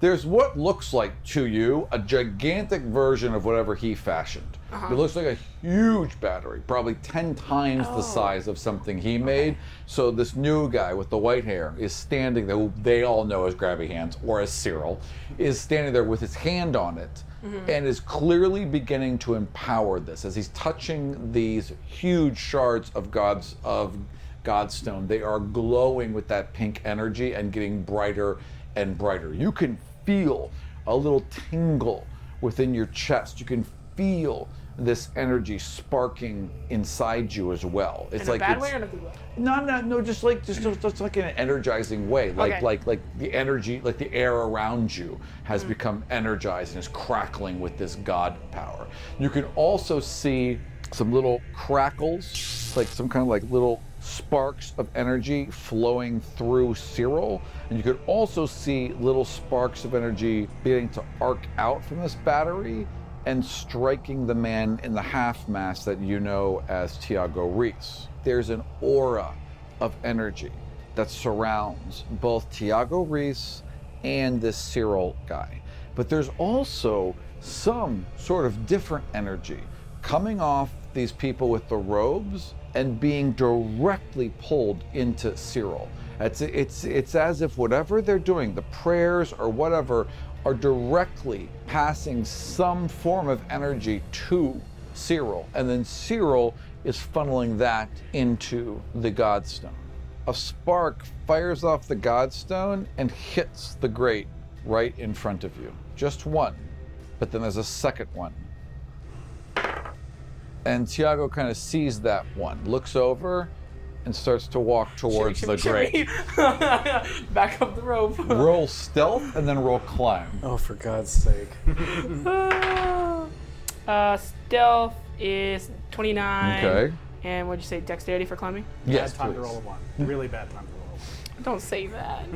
Speaker 6: There's what looks like to you a gigantic version of whatever he fashioned. It looks like a huge battery, probably 10 times the size of something he made. So, this new guy with the white hair is standing there, who they all know as Grabby Hands or as Cyril, is standing there with his hand on it and is clearly beginning to empower this as he's touching these huge shards of God's. of Godstone. They are glowing with that pink energy and getting brighter and brighter. You can feel a little tingle within your chest. You can feel this energy sparking inside you as well. It's
Speaker 5: In a bad
Speaker 6: it's-
Speaker 5: way or in a good way?
Speaker 6: no, no, no. Just like just, just, just like in an energizing way, like
Speaker 5: Okay.
Speaker 6: like like the energy, like the air around you has become energized and is crackling with this god power. You can also see some little crackles, like some kind of like little sparks of energy flowing through Cyril, and you could also see little sparks of energy beginning to arc out from this battery and striking the man in the half mask that you know as Tiago Reese. There's an aura of energy that surrounds both Tiago Reese and this Cyril guy. But there's also some sort of different energy coming off these people with the robes and being directly pulled into Cyril. It's, it's, it's as if whatever they're doing, the prayers or whatever, are directly passing some form of energy to Cyril. And then Cyril is funneling that into the Godstone. A spark fires off the godstone and hits the grate right in front of you. Just one, but then there's a second one. And Tiago kind of sees that one, looks over, and starts to walk towards the grate.
Speaker 5: Back up the rope.
Speaker 6: Roll stealth and then roll climb.
Speaker 9: Oh, for God's sake.
Speaker 5: uh, stealth is 29.
Speaker 6: Okay.
Speaker 5: And what'd you say, dexterity for climbing?
Speaker 6: Yes,
Speaker 4: Bad time to
Speaker 6: please.
Speaker 4: roll a one. Really bad time to roll a one.
Speaker 5: Don't say that.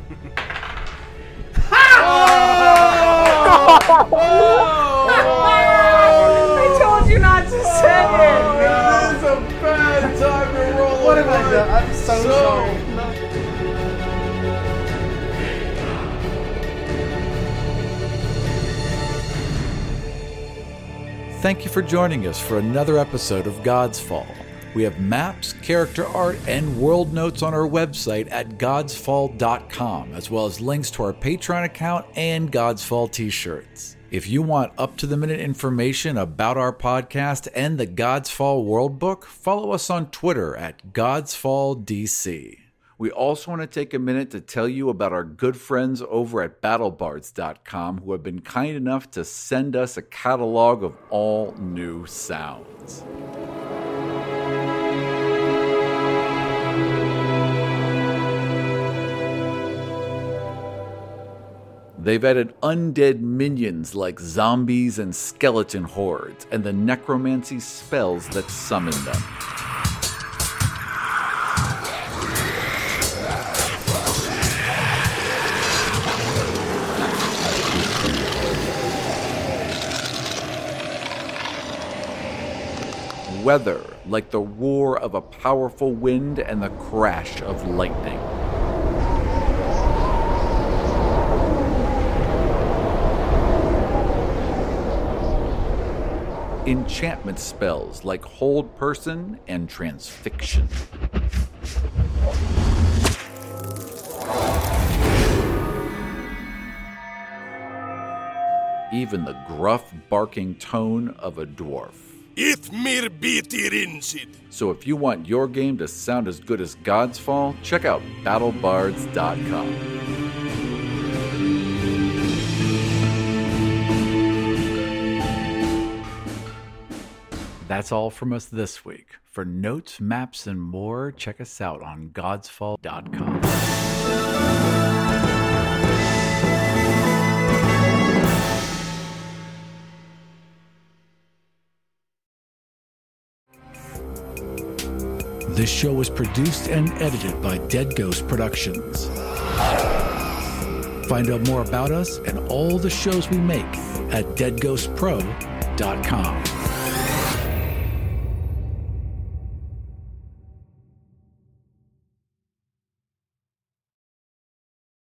Speaker 5: I told you not to say it.
Speaker 6: That is a bad time to roll. What have I done? I'm so, sorry. Thank you for joining us for another episode of God's Fall. We have maps, character art, and world notes on our website at godsfall.com, as well as links to our Patreon account and God's Fall t shirts. If you want up to the minute information about our podcast and the God's Fall World Book, follow us on Twitter at GodsFallDC. We also want to take a minute to tell you about our good friends over at battlebards.com who have been kind enough to send us a catalog of all new sounds. They've added undead minions like zombies and skeleton hordes, and the necromancy spells that summon them. Weather like the roar of a powerful wind and the crash of lightning. enchantment spells like Hold Person and Transfixion. Even the gruff barking tone of a dwarf.
Speaker 10: Mir biti rinsid.
Speaker 6: So if you want your game to sound as good as God's Fall, check out battlebards.com. That's all from us this week. For notes, maps, and more, check us out on godsfall.com.
Speaker 1: This show was produced and edited by Dead Ghost Productions. Find out more about us and all the shows we make at deadghostpro.com.